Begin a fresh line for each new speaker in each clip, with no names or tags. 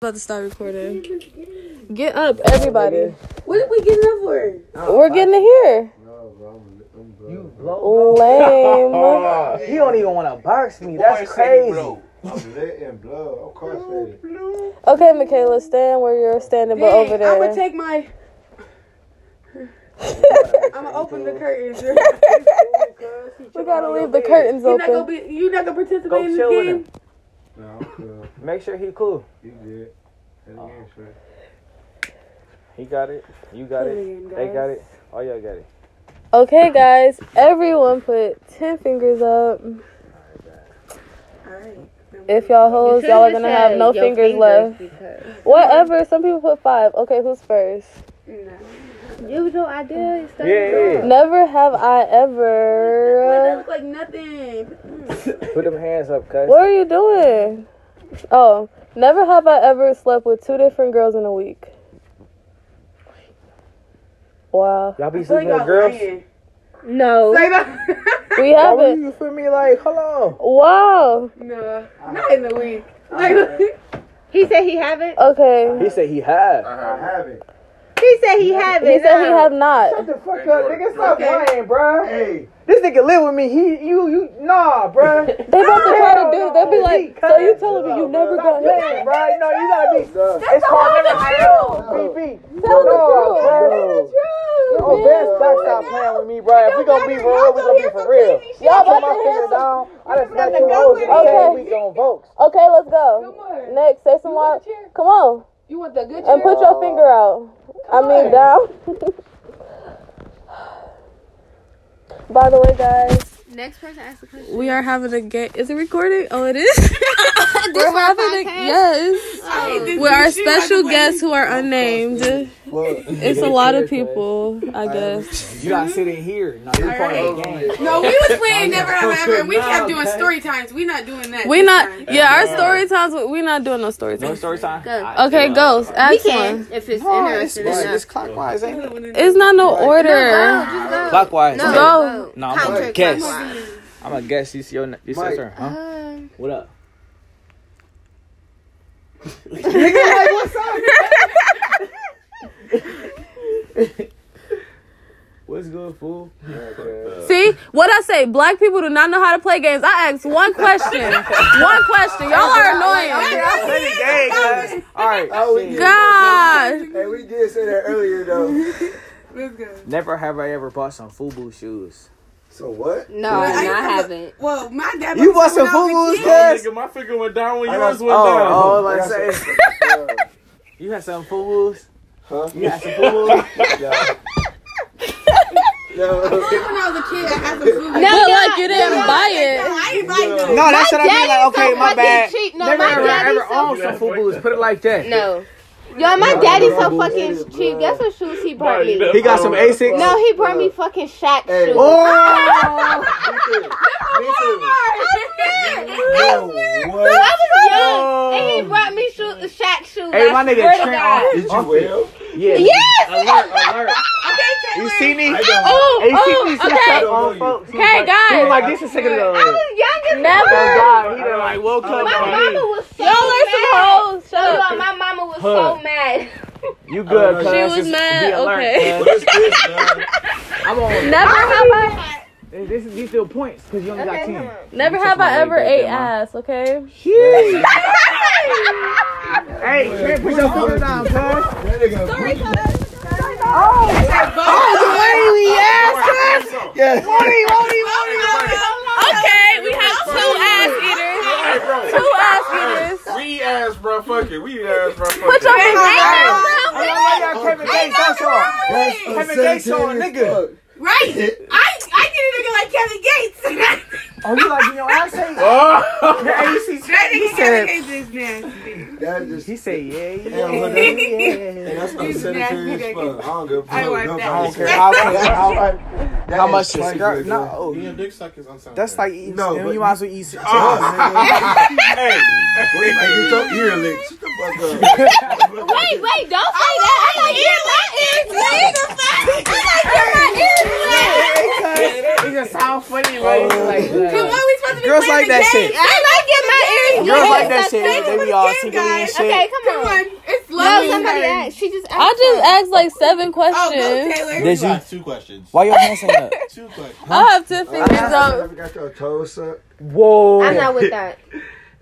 about to start recording. Get up, everybody.
What did we get up for?
We're getting it here.
You blow.
Lame.
He don't even want to box me. That's crazy.
I'm lit and blood. I'm crossfaded.
Okay, Michaela, stand where you're standing, but over
I'm
there.
gonna take my. I'm gonna open the curtains.
We gotta leave the curtains
You're not gonna
open.
be. You're not gonna participate
Go
in
chill
this
with
game.
him.
Nah, I'm cool.
Make sure he cool.
You good. That again, sir.
He got it. You got
Brilliant,
it. They
guys.
got it. All y'all got it.
Okay, guys, everyone put 10 fingers up.
Alright.
If y'all hoes, y'all are gonna have no fingers left. Whatever, some people put five. Okay, who's first?
You know, I did.
Yeah, yeah,
Never have I
Why that
ever.
look like nothing?
yeah. Put them hands up, cuz.
What are you doing? Oh, never have I ever slept with two different girls in a week. Wow.
Y'all be
I feel like
sleeping with
y'all
girls?
lying.
No.
Like that.
We
Why would
haven't.
you feel me like, hello?
Wow.
no, not in the week. Like
He said he haven't.
Okay.
He said he had.
I have it.
He said he haven't.
He said he
no.
have not.
Shut the fuck up, nigga. Stop
Okay.
lying, bruh.
Hey,
This nigga live with me. He, you, you, nah, bruh.
They about to try to do. They be
He
like,
cut
so you
it.
telling me you
Stop
never
lying,
gonna have?
bruh. No, you gotta be. It's called never BB.
Tell the
No,
truth.
bruh. Oh, best back stop playing with me, bro. If we gonna be for real, we gonna be for real. Y'all put my finger down. I done smacked your hoes and
Okay.
said we gonna vote.
Okay, let's go.
on.
Next, say some more. Come on,
You want the good
and put your finger out. I mean down. By the way, guys.
Next person asked the question.
We are having a game. Is it recording? Oh, it is. We're having a
podcast?
yes.
With
With our special guests who are unnamed. It's
it's
a lot of people, I guess.
You gotta sit in here. No, you're
playing
a game.
No, we was
Oh,
playing Never Have I Ever, and we kept doing story times. We not doing that.
We
this
not.
time.
Yeah, our story times. We're not doing no story times.
story time.
Go.
Okay, ghost. Ask
we can
one.
if it's interesting enough.
clockwise, ain't it?
It's not no
No,
order.
just go.
Clockwise.
No,
Go.
go.
No, I'm gonna
Counter
guess.
clockwise.
I'm gonna guess it's your, it's
Mike.
huh?
Um,
What up? What's good, fool?
See what I say? Black people do not know how to play games. I asked one question. one question. Y'all are annoying.
Play the game, guys. All right.
Oh, we
shit.
good.
Gosh.
Hey, we did say that earlier, though.
Let's go.
Never have I ever bought some FUBU shoes.
So what?
no,
I
I
used to-
haven't.
Well, my dad.
You bought some
when I was a kid,
FUBUs, cuz?
Nigga, my finger went down when
I
yours
got-
went down.
Oh, oh,
I
like
got
say,
some-
you had some FUBUs?
Huh?
You had some FUBUs?
When
Yo.
I was a kid, I had some food.
But like you didn't buy
No,
it.
I ain't buying
No.
no.
No, that's what I mean.
daddy's
Like, okay,
so
my
fucking
bad.
cheap. No,
Never
my
ever,
daddy's
ever
so-
owned some FUBUs. Put it like that.
No. Yo, my daddy's so
Hey,
fucking cheap.
bro.
Guess what shoes he brought me?
He got some ASICs.
No, he brought me fucking Shaq
Hey.
shoes.
Oh.
Oh!
Me too. Me too.
I
Yo,
I
what?
was young,
Yo.
and he brought me shoes, Shaq shoes.
Hey,
I
my
swear to
nigga, Trent
God.
off.
Did you well?
Yeah.
Yes.
Alert, alert. You see me?
I don't.
Oh,
Hey, you see me?
oh,
See me?
okay.
I don't know you.
Okay,
He
guys.
was like this a second ago.
I was young as
Never.
fuck.
Oh, God. He done like woke up.
My
like,
mama was so
Y'all are some
mad.
hoes. Shut
Hold on,
up.
my mama was
Huh.
so mad.
You good,
She
cuz.
was
Just
mad,
Be alert,
okay.
cuz.
What's this, man?
I'm on.
Never have I.
Hey, This is, these still points, because you only got 10.
Never
Took
have
my
I
leg
ever
back
ate
there, Ma.
ass, okay?
Hey, Trent, put your phone down, cuz. Oh,
That nigga-
oh, the way we asked, cuz. Yeah.
Oh,
Okay, we have two ass eaters. Two ass eaters.
We ass, bro. Fuck it. We ass, bro. Fuck
Put
it.
your hands
Hey, y'all like y'all Kevin Gates, that's all.
That's
Kevin Gates on,
unsanitary
nigga.
fuck.
Right? I I get a nigga like Kevin Gates.
Oh, you like your ass ate?
Oh.
Hey, you see,
that
he
nigga Kevin
said,
Gates is nasty.
That just
he said, yeah,
Yeah,
yeah,
but
yeah.
Hey, that's not
He's
sanitary
nasty,
as fuck. I don't give a fuck.
I wipe
Nobody
that. I don't
said-
care how- how-
That
how
is
much your
spicy,
skirt. No,
bro.
Being dick suck is unsanitary.
that's like eating.
No,
No,
but-
you might as well eat.
Oh, nigga.
Hey,
Boy, you might get your ear licked. Shut the fuck up.
Wait, wait, don't say that. I like your I
It just sound funny, right? Like,
But what
uh,
we supposed to be
Girls
playing
like
the
that
game?
shit.
like Hey,
Girls
hey,
like that
stop
shit.
saying
They be
it
all
again,
secretly and
guys.
shit.
Okay, come
Come
on.
on, it's love.
No, somebody asked. She just
I
asked.
just asked like seven
Oh, go
questions.
Taylor.
Did you?
got two questions.
Why your hands hung up?
Two questions.
I have ten fingers up.
Ever got your toes sucked?
Whoa.
I'm not with that.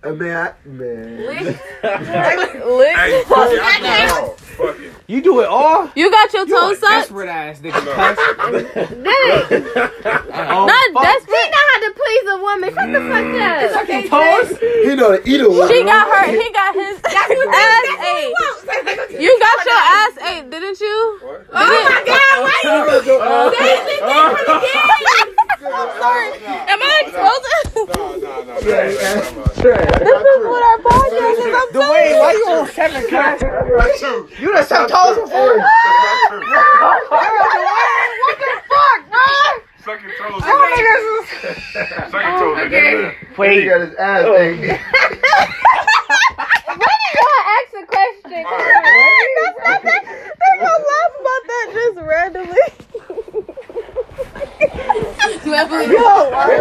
Uh, man, I, man.
Lick.
fuck it. I do it all. Fuck it.
You do it all?
You got your toes sucked?
Desperate ass nigga.
That ain't.
Oh,
Not
She
desperate.
know how to please a woman. Shut the fuck up.
fucking toes.
He know the eater one.
She got her. He got his ass ate. You got your ass ate, didn't you?
What?
Oh my god! Am I exposed?
No, no, no.
This
That's
is what our podcast is. I'm
The way why you on Kevin Costner?
not true.
You done sucked toes before.
That's not true. Suck your toes. nigga. Suck your toes. nigga.
He
Wait.
got his ass ate.
I asked a question.
All right.
That's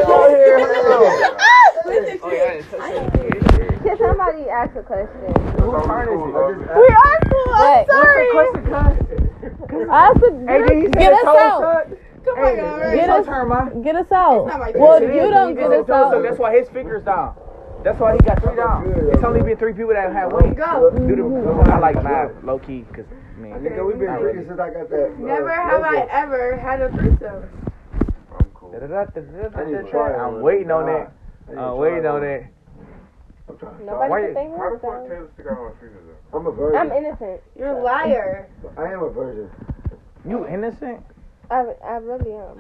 all here. Hell.
Can somebody ask a question?
We are cool. I'm sorry. I have to get us out.
Come on, y'all. Right?
Get us,
Turn my.
get us out.
Somebody-
Well, you don't get us out.
That's why his fingers down. That's why he got three down. It's only been three people that have wings.
Go.
Do the, I like live, low key, cause I mean,
Nigga, we been drinking since I got that.
Never have I ever had a threesome.
I'm cool.
I'm waiting on that.
Uh,
I'm waiting on that. Why you-
How the fuck Taylor stick out her fingers up?
I'm a
I'm
virgin.
innocent.
You're a liar.
I am a virgin.
you innocent?
I, I really am.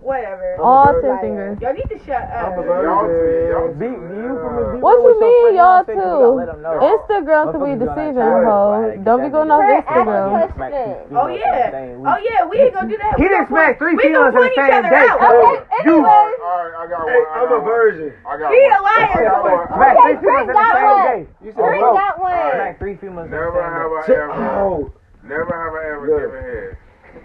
Whatever.
All ten fingers.
Y'all need to shut up.
I'm a virgin.
Be, you from the
What you mean, y'all
too? Let
too?
them know.
Instagram could be deceiving, ho. Don't be going off
Her
Instagram.
ass question.
Oh yeah. Oh yeah. We ain't gonna do that.
He
We
didn't
gonna
smack three
point- we
females
gonna
in
point each
the same
other
day.
out.
All right, all right, I got one.
Hey,
I
I'm a
got one.
virgin.
I got
He a
one.
liar.
I got
Smack
one.
three females in the same day. You said
Bring
broke.
that one.
Smack three females in
Never
the
have I ever,
Oh,
never have I ever
Look.
given
same
head.
day. You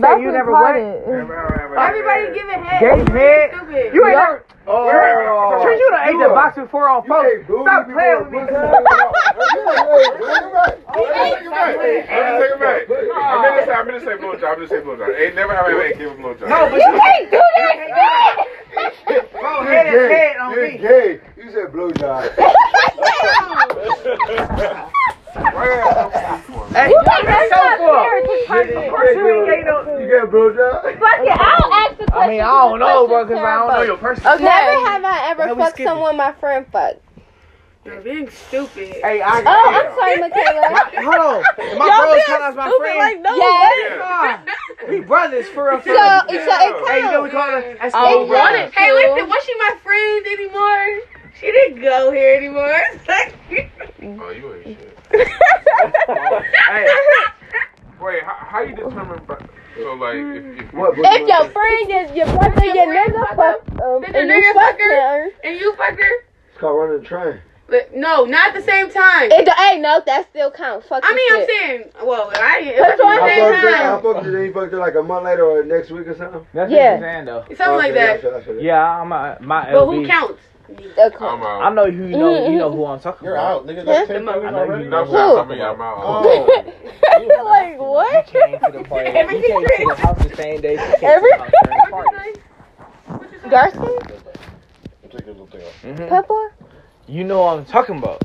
That's
said you never what?
retarded.
Never have I ever.
Everybody
given head.
giving head.
Gave
You're
head?
Stupid.
You ain't never.
Oh.
Sure, you done ate the
You
box before on
You
post.
ain't booty
Stop
before
playing with me.
pussy. Hey, hey, hey, hey,
Take it back. I'm gonna take it back. I'm gonna say, I'm gonna say blowjob. I'm gonna say blowjob. Ain't never have I ever given blowjob.
No, but you
Hey, do that shit.
bro, hit his head on
You're
me.
gay. You said blowjob.
Hey,
You think that's
so
not
far.
fair to person?
You ain't got no-
You got blowjob?
Fuck it, I'll ask the question.
I mean, I don't know, bro,
Question
because I don't know
Sarah
your person.
fucked. Never have I ever
Why we
fucked
skipping?
someone my friend fucked.
You're being stupid.
Hey, I
Oh,
got
I'm sorry, Michaela.
Hold on. My
Uh, Y'all
bros
being
call us my
stupid
friend.
like no.
yes.
Nah, we brothers for a
So,
fact.
so it
Hey, you know we
counts.
call it. That's
Oh, what?
old brother.
Right.
Hey, listen, was she my friend anymore? She didn't go here anymore.
Oh, you ain't shit.
Hey,
Wait, how, how you determine? bu- So like, if, if
What?
If your friend is your brother, your nigga fucked um,
Did the
and you
nigga
fucked
fuck her?
her.
and you fucker?
It's called running the train.
But no, not at the same time.
It don't- hey, no, that still counts. Fuck
I mean,
the
I'm
shit.
saying, well, I ain't. It
That's
wasn't
what
I
Same
fucked it.
at
I fucked it. Then he fucked it like a month later or next week or something.
that's
Yeah.
what you're saying, though.
the same time. Something like that.
Yeah, I'm a, my
But who
LB.
counts?
Okay.
I'm
I
out,
know who you know. You know who I'm talking
You're
about.
out, nigga. That's ten
I
fingers
know you
already.
know.
that's
Who?
what I'm talking about. I'm out.
Oh.
Like what?
You came to the party. You came to the house the same day. she came to the
Every-
house during the party.
Darcy?
Take your little thing off.
Mhm.
Pepper?
You know what I'm talking about.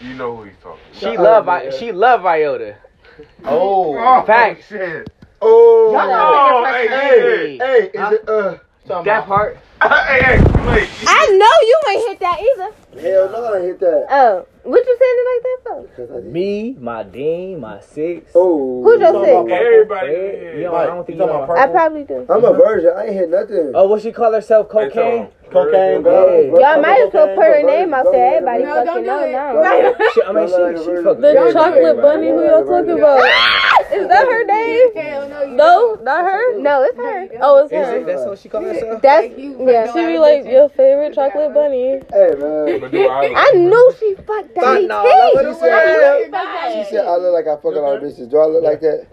You know who he's talking.
She love, I, she love Iota.
Oh.
Facts.
Shit. Oh.
Oh, hey,
Hey,
hey,
hey, is it uh?
That part.
hey, hey, too late.
I know you ain't hit that either.
Hell no, I hit that.
Oh, what you saying it like that for?
Me, my dean, my six.
Oh.
Who just
I'm
said?
a-
Everybody,
Fred. You
yeah.
know, I don't think you know.
I probably do.
I'm a virgin. I ain't hit nothing.
Oh, what she call herself? Cocaine.
um,
Cocaine,
Hey.
Y'all might as well put her name out there. Everybody fucking know now.
She, I mean, she, she fuck.
The
everybody.
chocolate bunny. Who y'all talking about?
Is that her name?
No, not her.
No, it's her.
Oh, it's
Is
her.
it? That's what she call herself.
That's
Yeah,
yeah.
she be like your favorite chocolate bunny.
Hey man.
But do I?
I knew she fucked that.
No, no,
She said, she said I look like I fuck a lot of bitches. Do I look like that?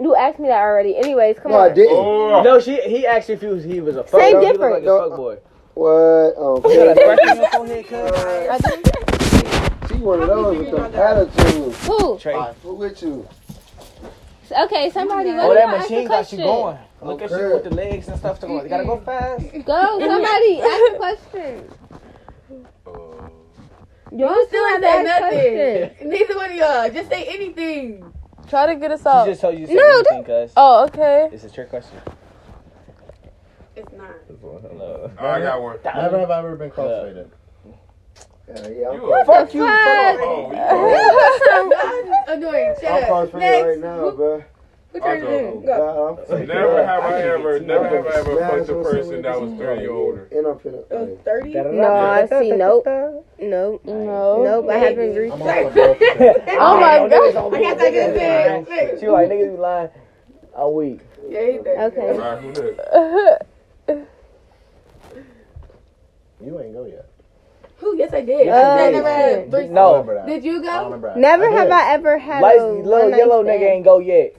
You asked me that already. Anyways, come
No, I
on.
didn't.
Oh,
No, she he actually feels he was a fuck.
Same
boy. He look
difference.
Like a fuck boy.
What? Oh,
I think
she one of those with the attitude.
who?
Trey.
I fool with you.
Okay, somebody.
Oh,
let
that
me ask
machine
a
got
question.
you going. Look at you
Okay.
with the legs and stuff. To go. You gotta go fast.
Go, somebody. ask a question.
You still ain't say
ask
nothing. Neither one of y'all. Just say anything.
Try to get us
She
out.
just told you to say
No,
no,
that-
anything, cuz.
Oh, okay.
It's a trick question.
It's not.
No.
Oh, I got one.
Never have I ever been crossfaded.
Yeah, yeah. I'm
You a-
Fuck you. Fuck
fuck?
Oh, you a-
Annoying.
I'm
Shut up.
frustrated right
Next.
now, bro.
Who
I'll
turned
go.
it in? Go.
God, I'm freaking
Never
out.
have I ever, never have I ever
Smash
punched a
with
person
someone
that was 30 or older.
And I'm finna.
It was 30?
No, I see. Nope. Nope.
No.
Nope. I haven't reached.
I'm on the
Oh my god.
I guess I can say it.
She like, niggas be lying. A week.
Yeah, he did.
Okay.
Alright, who next?
You ain't go yet.
Who? Yes, I did.
Uh,
I said I never had three.
I
No.
remember that.
Did you
I
go?
remember that.
Never
did.
have I ever had
Light,
a
little yellow nigga ain't go yet.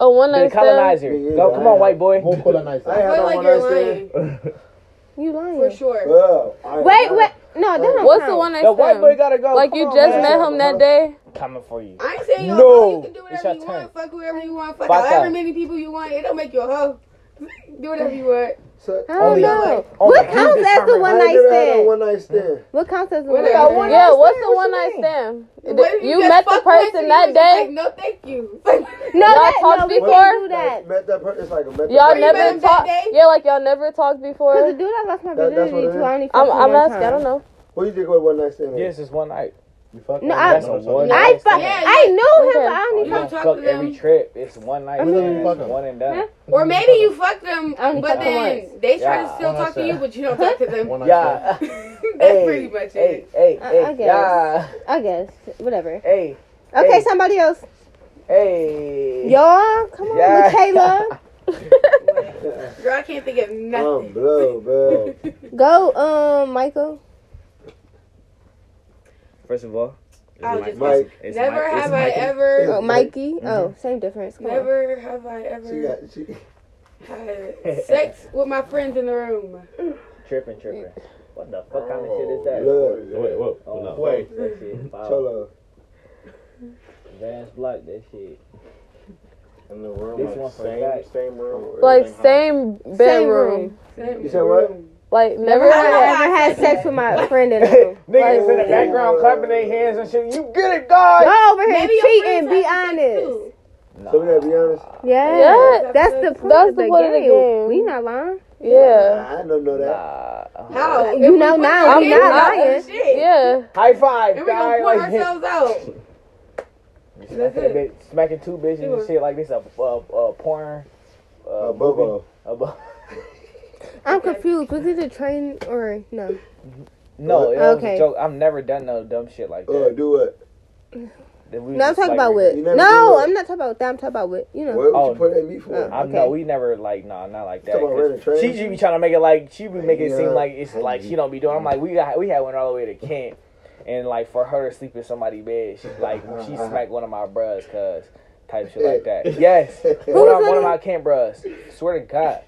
A Oh, one
The
night stand.
colonizer.
Yeah,
Go,
yeah,
come on,
yeah.
white boy.
We'll put a nice
I ain't
I
had
feel
no
like
one
you're
night
lying.
stand.
You lying?
For sure.
Well, I ain't
Wait,
lying.
wait. No, that don't
What's
count.
the one night
The white boy
stand?
gotta go.
Like
Come
you
on,
just
man.
met him that day.
Coming for you.
I ain't saying you're
No.
no. You can do
It's
whatever
your
you
turn.
want. Fuck whoever you want. Fuck
Fuck
however
out.
many people you want. It don't make you a hoe. do whatever you want.
So- oh,
I don't
Only-
know.
only
What
you
counts as
determine-
a one
I ain't
night
never had a
stand?
one night stand.
What counts as a one
Whatever.
night stand?
Yeah, what's the
What
one
you
night
mean?
stand?
What if
You
just
met the
fuck
person
with
that
you,
day?
Like, no, thank you. Like,
No,
Y'all
that, no,
talked
we
before?
can't do that.
Met that person, it's like a met
Y'all
that
met
never
him that
talked.
day?
Yeah, like y'all never talked
Cause the
before.
dude I lost my
That- that's
virginity
what it
to, I only fucked
I'm,
him
I'm
one
asking.
time.
I don't know.
What you did with one night stand?
Yes, it's one night.
You fucking
No, I-
That's a one night.
I fuck.
Yeah,
I
yeah.
knew him,
Okay.
but I only
You
don't
don't
talk
fuck
to them.
every trip. It's one night.
We don't
It's
fuck 'em.
one and done.
or maybe you fuck them,
I'm
but then they try
Yeah.
to still
Well,
talk to
that's
you, but you don't talk to them.
One night stand.
Yeah.
That's
Hey,
pretty much
Hey,
it.
hey,
I-
hey.
I guess.
Yeah.
I guess. Whatever.
Hey,
Okay,
Hey.
somebody else.
hey.
Y'all, come on,
Yeah.
Michaela.
Girl, I can't think
Oh,
of
I'm
nothing.
blow, bro.
Go, um, Michael.
First of all,
I'll just-
Mike,
it's
never
Mike- it's
have I
Michael.
ever.
Oh, Mikey. Oh, same difference. Come on.
Never have I
she
ever
got she.
had sex with my friends in the room.
Tripping, tripping. What the fuck kind of shit is that?
Look,
Wait, whoa.
Oh,
no.
wait. That shit. Wow.
cholo.
Vance block that shit.
In the room,
This
like,
one for
same,
that.
same room.
Like
everything hot.
same bedroom.
Same
You said what?
room.
Like
Never
never
have
had.
I ever had sex with my friend in the room.
Niggas in the background clapping their hands and shit. You get it, God.
Go over here
Maybe your
cheating.
friends
Be
have sex
honest.
too.
So we gotta be honest.
Yeah.
Yeah.
That's the point
That's
of
the
the
point of the
game.
game.
We not lying.
Yeah.
I don't know that.
Nah.
How?
You know now, I'm
not
lying.
Yeah.
Yeah.
High five,
And we
guy.
gonna pour
Like,
ourselves out. That's
smacking, a
it.
bitch- smacking two bitches and
Sure.
shit like this. A, a, a porn.
Uh, Bobo.
A bu-
I'm confused. Was it a train or no?
no, it was
Okay.
a joke. I've never done no dumb shit like that.
Uh, do what?
That we
No, I'm
just,
talking
like,
about with.
You never do
No,
it.
I'm not talking about that. I'm talking about with. You know.
What would
Oh.
you put at me for?
Uh,
I
Okay.
know we never like nah not like that.
Talking about
'cause
running trains?
She should be trying to make it like she be making it
Yeah.
seem like it's like she don't be doing. I'm like we got we had one all the way to Kent, and like for her to sleep in somebody's bed, she like she smacked one of my bros cuz type shit like that. Yes, one of, one of my Kent bros. Swear to God,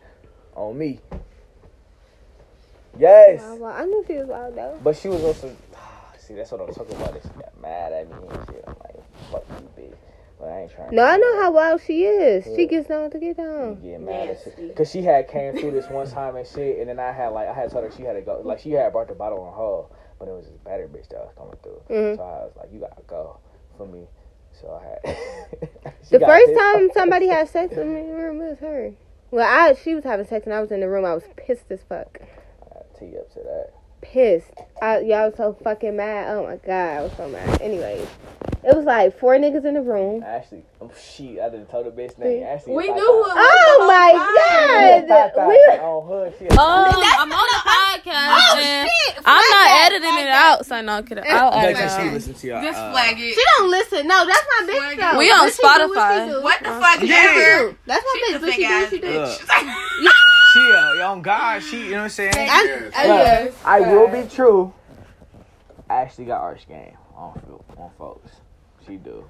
on me. Yes,
Wow, wow. I knew she was wild though.
but she was also see that's what I'm talking about. She got mad at me and shit. I'm like fuck you bitch, but I ain't trying.
No, I know how wild she is. She gets down to get
You
down.
get mad at shit.
Nasty.
Cause she had came through this one time and shit, and then I had like I had told her she had to go, like she had brought the bottle on her, but it was this better bitch that was coming through.
Mhm.
So I was like, you gotta go for me. So I had. She
The
got
first
pissed
time
off.
somebody had sex in the room it was her. Well, I she was having sex and I was in the room. I was pissed as fuck.
I had T up to that.
Pissed. I, y'all was so fucking mad. Oh my god, I was so mad. Anyways, it was like four niggas in the room.
Ashley, oh shit, I didn't tell the bitch name. Ashley,
We
Tata.
knew who it was.
Oh my
Yeah, Tata.
god. We,
on her, she a-
Um, I'm on the
Oh,
podcast. and I'm not editing it out, so no, I'm kidding. I'll edit it out.
listen to y'all.
Just flag it.
She don't listen. No, that's my bitch though.
We on
What she do, what she
Spotify.
do.
What the fuck,
do.
never?
That's my
She's a
bitch. What she
big
do,
ass
what she do.
bitch. Like,
she, uh, on God, she, you know what I'm saying?
I, I,
Look,
yes.
I will be true. Ashley got arch game on fo- on folks. She do.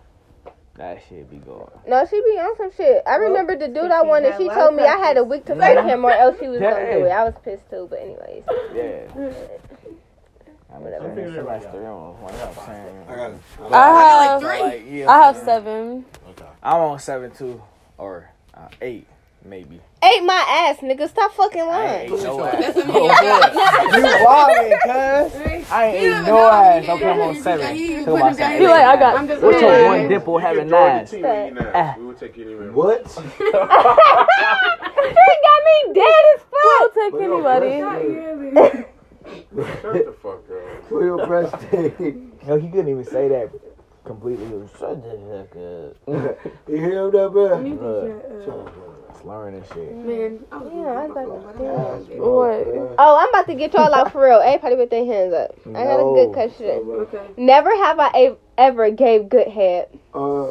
That shit be going.
No, she be on some shit. I remember the dude I wanted. She told me I had a week to fuck him, or else she was gonna do it. I was pissed too, but anyways.
Yeah. I'm gonna finish my three on one. I'm saying.
I got it.
I have,
Uh, Like, yeah,
I have seven.
I'm on seven two or uh, eight maybe.
Ate my ass, nigga. Stop fucking
I
lying.
ain't ate no ass.
You wildin', cuz.
I ain't ate no ass. Okay, I'm on seven. Two my
He like,
seven.
I got.
What's your one dimple having nine?
We
Ah.
will take you anywhere.
What?
That got me dead as fuck.
I'll take anybody.
Shut the fuck up.
For your birthday.
No, he couldn't even say that completely. He was shut the fuck up.
You hear that, man?
It's learning shit.
Yeah, I was about to-
What?
Oh, I'm about to get y'all out for real. Everybody with their hands up. I got a
No.
good question. Never have I a- ever gave good head.
Uh,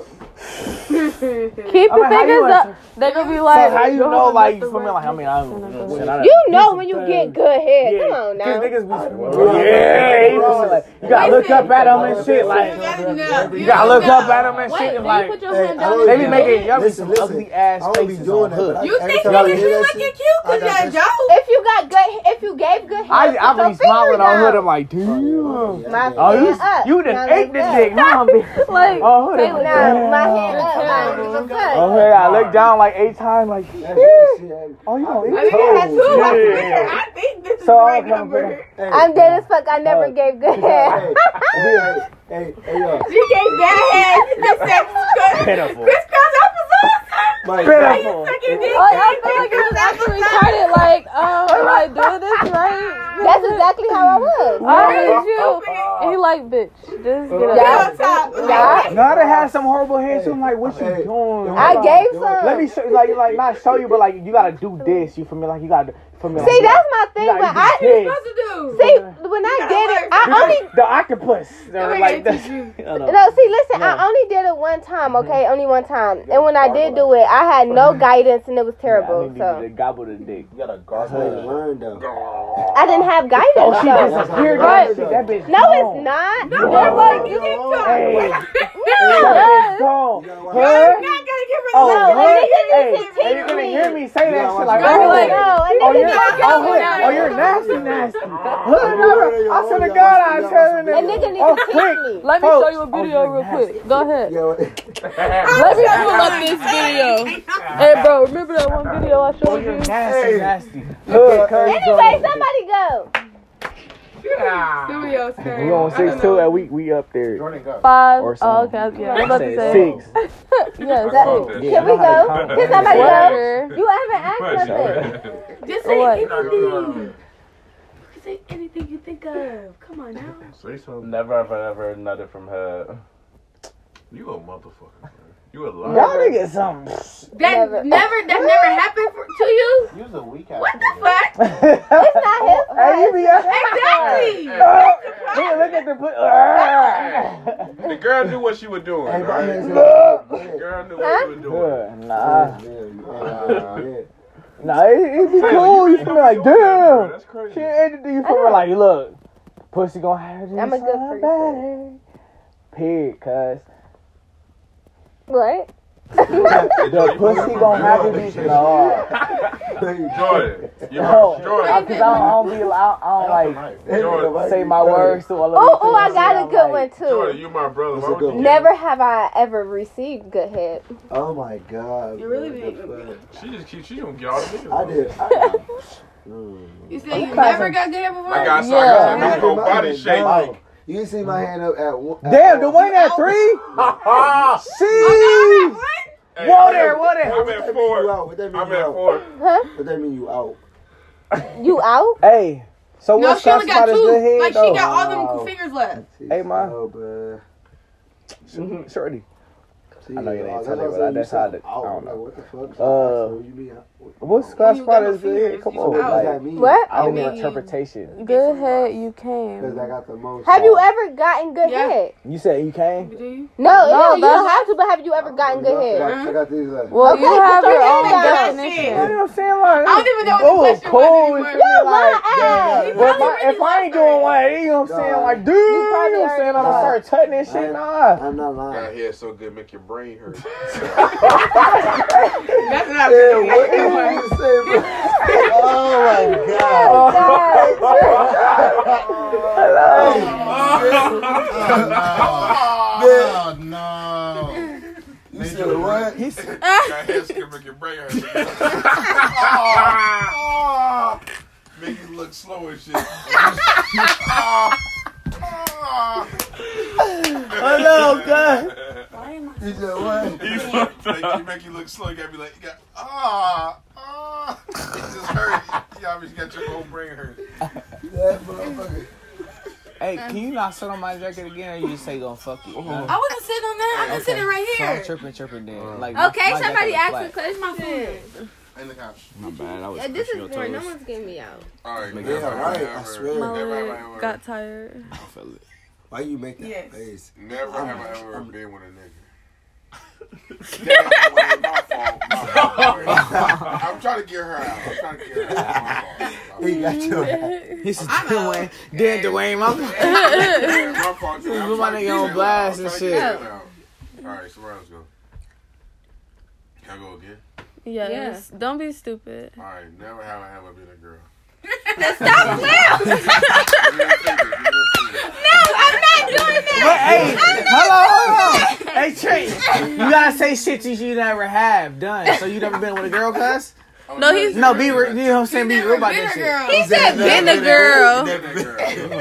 Keep
I mean,
your
how you
fingers
want
up. They gonna be
So
like,
how you know, like, for me, like, I mean, I'm. shit, I done-
You know when you get good head. Come on
These
now.
niggas be yeah, he was like, you gotta look up at him and shit, like you gotta look up at him and shit, and like
your
hey, I don't
they be
even-
making y'all be
Listen,
some
listen.
ugly ass
I don't be
faces
doing
on
that. but
hood.
I-
You
every
think
time I
niggas
hear
be
that
looking
shit,
cute because
I got
y'all
this-
Joe?
If you got good, if you gave good head,
I I be
put your
smiling on
fingers
hood.
up.
I'm like, damn.
My
Oh,
hand
you
up.
you done
Now
ate this
look
dick,
up.
huh? bitch?
Like,
Oh, hood.
Taylor,
Now
damn.
my hand up. I don't give a fuck.
Oh, hey, I looked down like eight times, like, oh, you don't
I think I had two.
Oh,
I swear,
Yeah.
I think this is
So
uh,
the
I'm
right
gonna
number.
I'm dead as
Oh.
fuck. I never gave good
Hey, hey,
head.
hey, hey, uh,
Oh.
She gave bad head. She just said
Pitiful.
crisscross opposite.
Mike,
Pitiful.
Fucking dick.
Like, I Oh, feel like it was actually retarded. Like, um, am I doing this right?
That's exactly how I was.
I hate you. And he like, bitch, just get
Get
up.
on top.
Yeah.
No, they had some horrible hands too. I'm like, what you
Hey.
doing?
I gave some.
Let me show you, like, like not show you, but like you gotta do this. You feel me? Like you gotta for me.
See,
like,
that's my thing.
you
When
gotta
I
do this.
What
see when I did it, I only
the octopus. They're like this.
No, see, listen,
Yeah.
I only did it one time,
Mm-hmm.
okay? Only one time. And when I did do it, I had no guidance and it was terrible.
to
So
gobble the dick.
You got a
That's how you
gargoyle.
learn, though.
I didn't have guidance.
Oh, she
so-
disappeared.
Right.
That, shit. that bitch.
No, it's
gone.
not.
That
like, you
Hey,
can talk.
that bitch gone.
You're
Her?
not gonna get rid
Oh,
No,
her?
and niggas
Hey,
used to
and you're
tease
gonna
me.
hear me say that
Yeah,
shit
I
like, oh,
watch
I'm
Hey.
like, no, and
oh,
niggas
you're,
not
oh,
going
wait,
out.
oh, you're nasty, nasty. Hood, never. I swear to God, I said
A nigga
it.
need
Oh,
to
quick.
teach me.
Let me
Folks,
show you a
oh,
video
you're
real
nasty.
quick. Go ahead.
Yeah,
Let me pull up this video. Hey, bro, remember that one video I
Oh,
showed
you're
you?
nasty, nasty. Hood, curves
Anyway, somebody go.
We on six two, and we we up there.
Jordan got
Five.
Or
Oh,
something.
okay. Yeah, I was about to say.
six.
Yeah, six.
Yeah,
Can we
I know how to
go?
count.
Can somebody go?
Water.
You haven't asked nothing.
Just say
What?
anything. Say anything you think of. Come on now.
Never have I ever nutted from her.
You a motherfucker. man. You a
Y'all
liar.
niggas something.
That
Never.
never, that never happened for, to you.
You was a weak ass.
What the fuck?
it's
not his
Hey, you be
Exactly.
Nigga, look at the put.
The girl knew what she was doing.
Hey, bro,
alright?
listen.
The girl knew what she was doing.
Nah,
Yeah, yeah, yeah.
nah, it, it be
Hey,
cool. You
you
feel me like,
know what you're doing, bro.
damn.
That's crazy.
She ended you feel me like, look, pussy gonna have this.
I'm a good
somebody. Period, cuz.
What?
The pussy gonna have to be no,
Jordan. You
no,
are
I- cause I
Jordan.
don't, I don't be, I, I don't like
Jordan.
say my words to other
Oh,
people.
oh, I got a
I'm
good
like,
one
Jordan,
too.
you my brother.
That's
Why
a good
would you
one.
Never have I ever received good head.
Oh my God.
You really
bro, what the
She just keep. She don't get all the niggas.
fuck? I did. I,
You say you never got good at before.
I got
Yeah.
yeah. I
I
got
did
no
my
body
hand
shape.
up. You see my hand up at one.
Damn, the one at three. See,
Hey,
whoa there, whoa there.
I'm at four.
What that mean
I'm
you
at
out?
four.
What that mean you out?
You out?
Hey, so
No,
what's
she only got
classified as good
two.
head?
Like she
though?
got all them fingers left.
Hey, Ma.
Oh, bruh.
Shorty.
See,
I know you ain't
oh,
telling me,
what
but
I said,
that's
you
how I
said
did- I
out.
don't know.
Like, what the fuck?
Uh,
so you be out.
What's
When Oh, you
classified
got no
as good head?
fingers,
Come
you
So
on,
what does that
like
mean?
What?
I don't
I
know
mean-
interpretation.
Good head, you
Because
came.
I got the most.
Have you ever gotten good
Yeah.
head?
You said you came.
No,
No,
no, you
that's-
don't have to. But have you ever gotten good
I
head?
got- I got these uh, left.
Well,
Okay,
you
put
have
your
your own
hand
down.
definition.
You know what I'm saying? Like,
I don't even know what the
oh,
question
cool.
was anymore.
It's me like,
lying.
yeah.
You
But if I,
probably
if I ain't doing one, you know what I'm saying?
Nah.
Like, dude, you,
probably
know what I'm saying? I'm
already
gonna start touching this shit.
Nah.
Nah.
I'm not lying.
Right here, so good, make your brain hurts.
That's what I was
what did you say, bro? Oh my god.
Oh,
no. You said what? He said,
That head's gonna make your brain hurt. Ah, ah. Make you look slow and shit. Ah, ah.
Hello, God.
Why am I?
You said what?
He looked make, you, make you look slow. You gotta be like, you got, ah, ah. It just hurt. You obviously got your whole brain hurt.
That motherfucker.
Hey, can you not sit on my jacket again, or you just say gonna fuck you?
I wasn't sitting on that. I've been sitting right
So I'm
here.
chirping, chirping, then. Like,
Okay, somebody asked me.
Cause it's my phone.
And the cops.
My bad. I was
Uh, This
pushing
is
your
boring. No
toes.
one's getting me out.
All right,
Make
never
it up.
mind,
Right, I
never.
swear.
Never have I ever.
Got tired.
I feel it.
Why you make that
Yes.
face?
Never
I'm-
have I ever
I'm-
been with a nigga. Damn, well, my fault. My fault. I'm trying to get her out. I'm trying to get her out. My fault.
He got your ass.
He said, Dwayne, dead Dwayne, my
My fault.
This is
I'm
my
trying to
nigga
get
on
her
blast and
out. I'm trying to get
shit.
her out. All right, so where else go? Can I go again?
Yes. Don't be stupid.
All right, never have I ever been a girl.
Stop, Will. I'm not doing that.
But hey, hold on, hold on. Hey, Trey, you gotta say shit you you never have done. So you never been with a girl, cuz?
No, he's-
No, be real. You know what I'm saying? Be real about that shit.
He said been a girl.
Been a girl.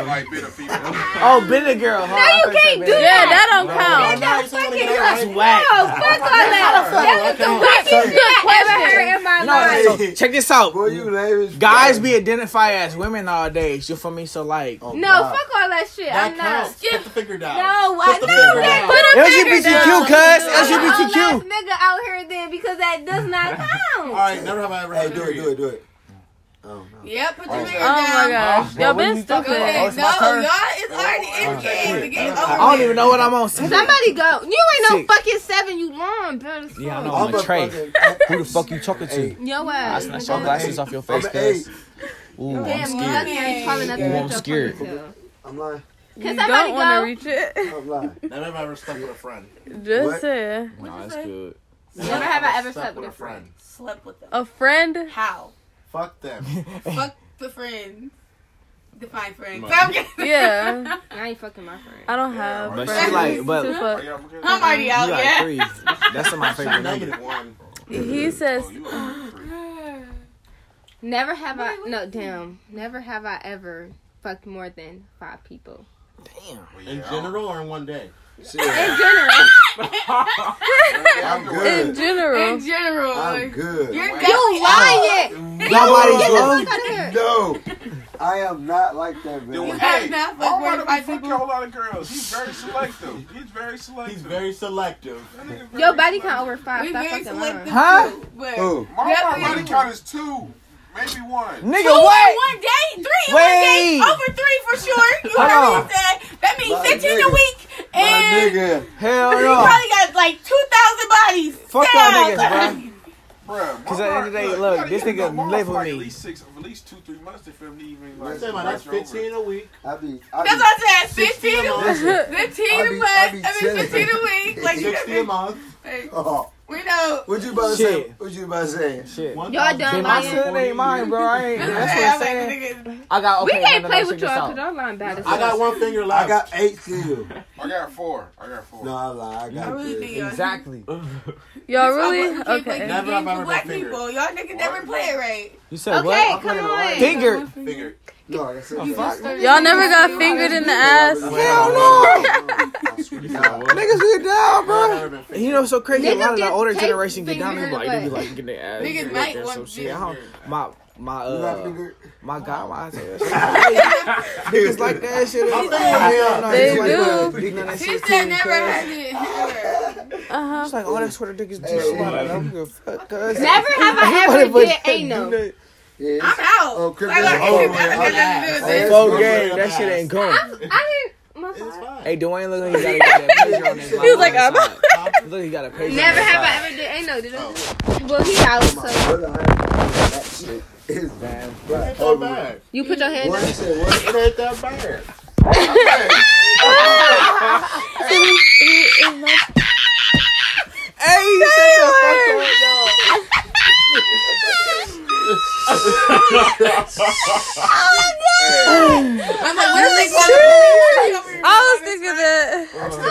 Like been a female.
Oh, been a girl. Huh? I thought said been a
Yeah,
girl.
that don't count.
Now you say you wanna get out.
That's whack.
Fuck all that. That was the wackest shit I ever heard in my life.
No, so check this out.
Boy, you lame as
Guys
fuck.
be identified as women nowadays. You feel me? So like,
Oh,
No,
God.
fuck all that shit.
That
I'm not.
counts. Put the finger down.
No, I know
Put the finger
that.
down.
Put a finger
LGBTQ,
down.
cuz
I'm the
LGBTQ.
last nigga out here then because that does not
All
count.
right, never have I ever
Hey,
had
do it, do it, do it. Oh, no.
Yep, put your finger
Oh my
down.
gosh. Y'all been
Okay,
Oh,
stupid.
it's
no,
my turn?
y'all, it's already in the game. The game's over.
I don't even know what I'm on.
Somebody go. You ain't no
Six.
fucking seven. You long, beautiful.
Yeah, I know.
I'm
I'm
a
a Trey.
fucking-
Who the fuck you talking to?
Yo ass.
Snatch
I'm
your
an
glasses
eight.
off your
I'm
face,
an
cuz.
eight.
Ooh, I'm
Damn,
scared.
lucky I ain't tall enough to
Ooh, I'm
reach your
scared.
ponytail.
I'm lying.
You
somebody
don't want
go?
to reach it.
I'm lying.
Never have I ever slept with a friend.
Just
What?
saying.
Nah, it's good.
Never have I ever slept with a friend.
Slept with them.
A friend.
How?
Fuck them.
Fuck the friends. Define friends. I'm kidding.
Yeah.
I ain't fucking my friend.
I don't have
But
friends.
she like,
to
but
Are
fuck.
y'all okay?
I'm already out,
you like
yeah.
three. That's my favorite number.
Negative one.
He says,
Oh, you are free.
Never have I. No, damn. Never have I ever fucked more than five people.
Well, yeah,
In
I don't-
general or in one day?
Shit,
In general,
I'm
in
good.
In
general,
general,
I'm good.
you're
you lying.
Nobody's
Fuck
wrong.
out of here.
No, I am not like that, man.
Hey,
Hey,
not
I
fuck
don't
more
want
than
to be
five
fucking
people.
a whole lot of girls. He's very selective. He's very selective.
He's very selective.
That nigga very
Your body
selective.
count over five.
We
Stop
very
fucking lying.
selective
Huh?
too, but
Who?
My,
Yeah,
my body
yeah.
count is two, maybe one.
Nigga, what?
one day, three
Wait.
one day, over three for sure. You
Hold
heard
on.
what he said. That means
My
fifteen
nigga.
a week,
My
and
nigga.
Hell
you
no.
probably got like two thousand bodies.
Fuck y'all
Damn.
niggas, bro.
Bruh,
Cause
my
at the end
body-
of the day,
you
look,
gotta
this
get
nigga
my mom
live
for
with
like
me.
At least six, at least two, three months to film me even like.
That's, that's
brush over it.
15 a week.
I be,
That's
I
what I said.
16
Fifteen,
a
a-
month.
fifteen
I
a
be-
month.
I
I
be
mean,
chilling.
fifteen a week. Like you
60 a month.
be. Oh,
we know.
what you about to say?
Shit.
What you about to say?
Shit.
Y'all done
Then my
lying.
son ain't mine, bro. I ain't. That's what
Hey,
I'm
I'm
saying.
like, nigga,
I got
We
okay.
can't
no, no,
play
no, check
with
this
y'all
out.
because y'all lying bad as
I got
fuck.
one finger left.
I got eight still.
I got four. I got four.
No, I lie. I
I
got
really think
three.
y'all.
Exactly.
y'all
Y'all
really
fucking can't play
okay.
games
Never have I
with
ever
black
fingered.
people. Y'all niggas never play it right.
You said
Okay,
what?
come on.
Finger.
Finger.
No, I got six. Fuck.
Y'all never got fingered in the ass.
Hell no.
I swear to God.
Niggas get down, bro.
Never have I ever
And you know, what's so crazy. A
Niggas
lot of the
get
older
tape
generation get down there
fingered
like,
in
they be
the
like, get their ass.
Niggas
fingered
might
or
want
some
to
shit.
be
I don't- My my
You got
uh
finger?
my god, my eyes. Niggas like that shit.
They
They
do.
She said never had it. Never.
Uh
It's
huh.
like all that sort of niggas do
Hey.
shit. I don't give a fuck, cuz.
Never have I ever
Everybody
did
but- do
anal.
that.
Yeah,
I'm
it's-
out.
Oh, Crip
Like,
is
like,
over.
I got nothing to do with
Hey,
this.
Full
It's
game.
real
That shit
fast.
ain't going.
I didn't. My
It's
fault.
fine.
Hey, Dwayne, look like he gotta get that pager on his
He was
mouth
like,
on the
I'm-
side. Look, he got a pager.
Never have I ever did anal. Did I? Well, he out.
my
So
brother, I ain't doing that shit. It's
Man.
right
Ain't that
over with.
bad.
you put your hand.
What?
up.
He said what?
It ain't that bad.
I'm like, what is this?
I was thinking that.
I'm still mad.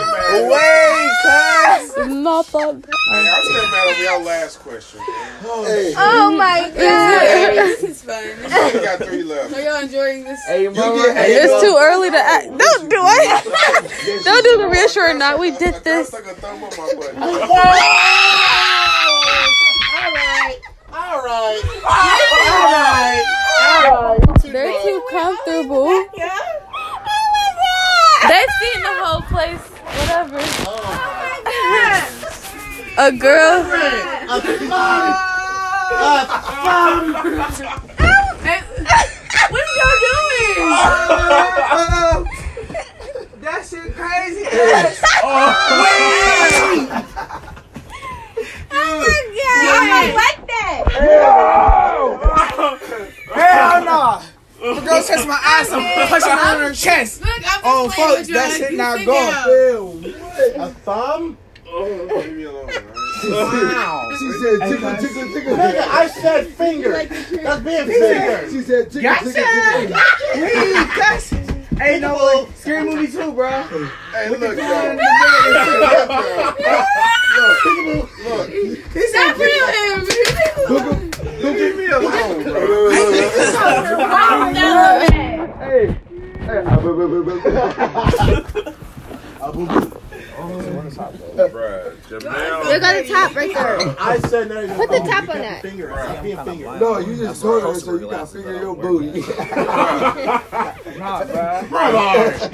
over-
Wait, cuz.
Not that.
Hey, I'm still mad over y'all last question.
Hey,
Oh my god.
This is fun.
I only got three left.
Are y'all enjoying this?
Hey, bro.
get- hey,
hey,
It's
bro.
too early to act. Don't do it. Don't do the reassuring. Not we did this.
Stuck a thumb on my butt.
All right.
They're too comfortable. Oh They seen the whole place. Whatever.
Oh
A girl.
What are y'all doing?
That shit crazy.
Oh
Hell no. The girl touched my ass. I'm pushing her on her chest.
Look, I'm just
Oh
playing
fuck,
with you.
that shit
You
not
stick out.
going.
A thumb?
Oh,
Leave me alone. man.
Wow.
she said tickle, tickle, tickle.
Nigga, I said finger. That's being finger.
She said tickle,
Gotcha.
tickle, tickle.
Please, that's ain't no way. Scary movie too, bro.
Hey, look, y'all. Look, look.
This ain't real.
Leave me alone, bro.
Hey,
Bruh,
Look
Jamel.
at the top right there.
I said no. you-
Put the
oh,
top
you
on
kept
that.
Finger. That's being finger.
No, you just told her so you gotta figure your booty.
Nah, bro.
Bruh,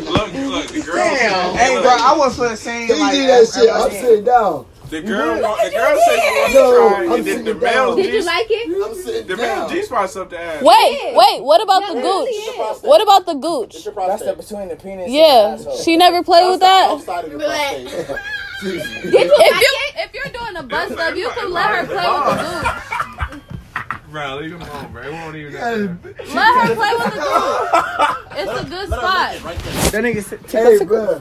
look, look. The girl.
hey, bro, I was for the same.
He did that shit upside down.
The girl, wa- the girl said she
No,
wanted to try,
I'm
and then the
sitting
male
down.
Did you
G,
like it?
I'm sitting
the male G spots up the ass.
Wait, wait. What about the gooch? What about the gooch?
That's the between the penis.
Yeah,
And the asshole.
she never played with that.
Outside of the prostate.
If you if you're doing a bust up, you can let her play with the gooch.
Bruh, leave him alone, bro. It won't even
Let her play with the gooch. It's a good spot.
That nigga said,
Hey, bro.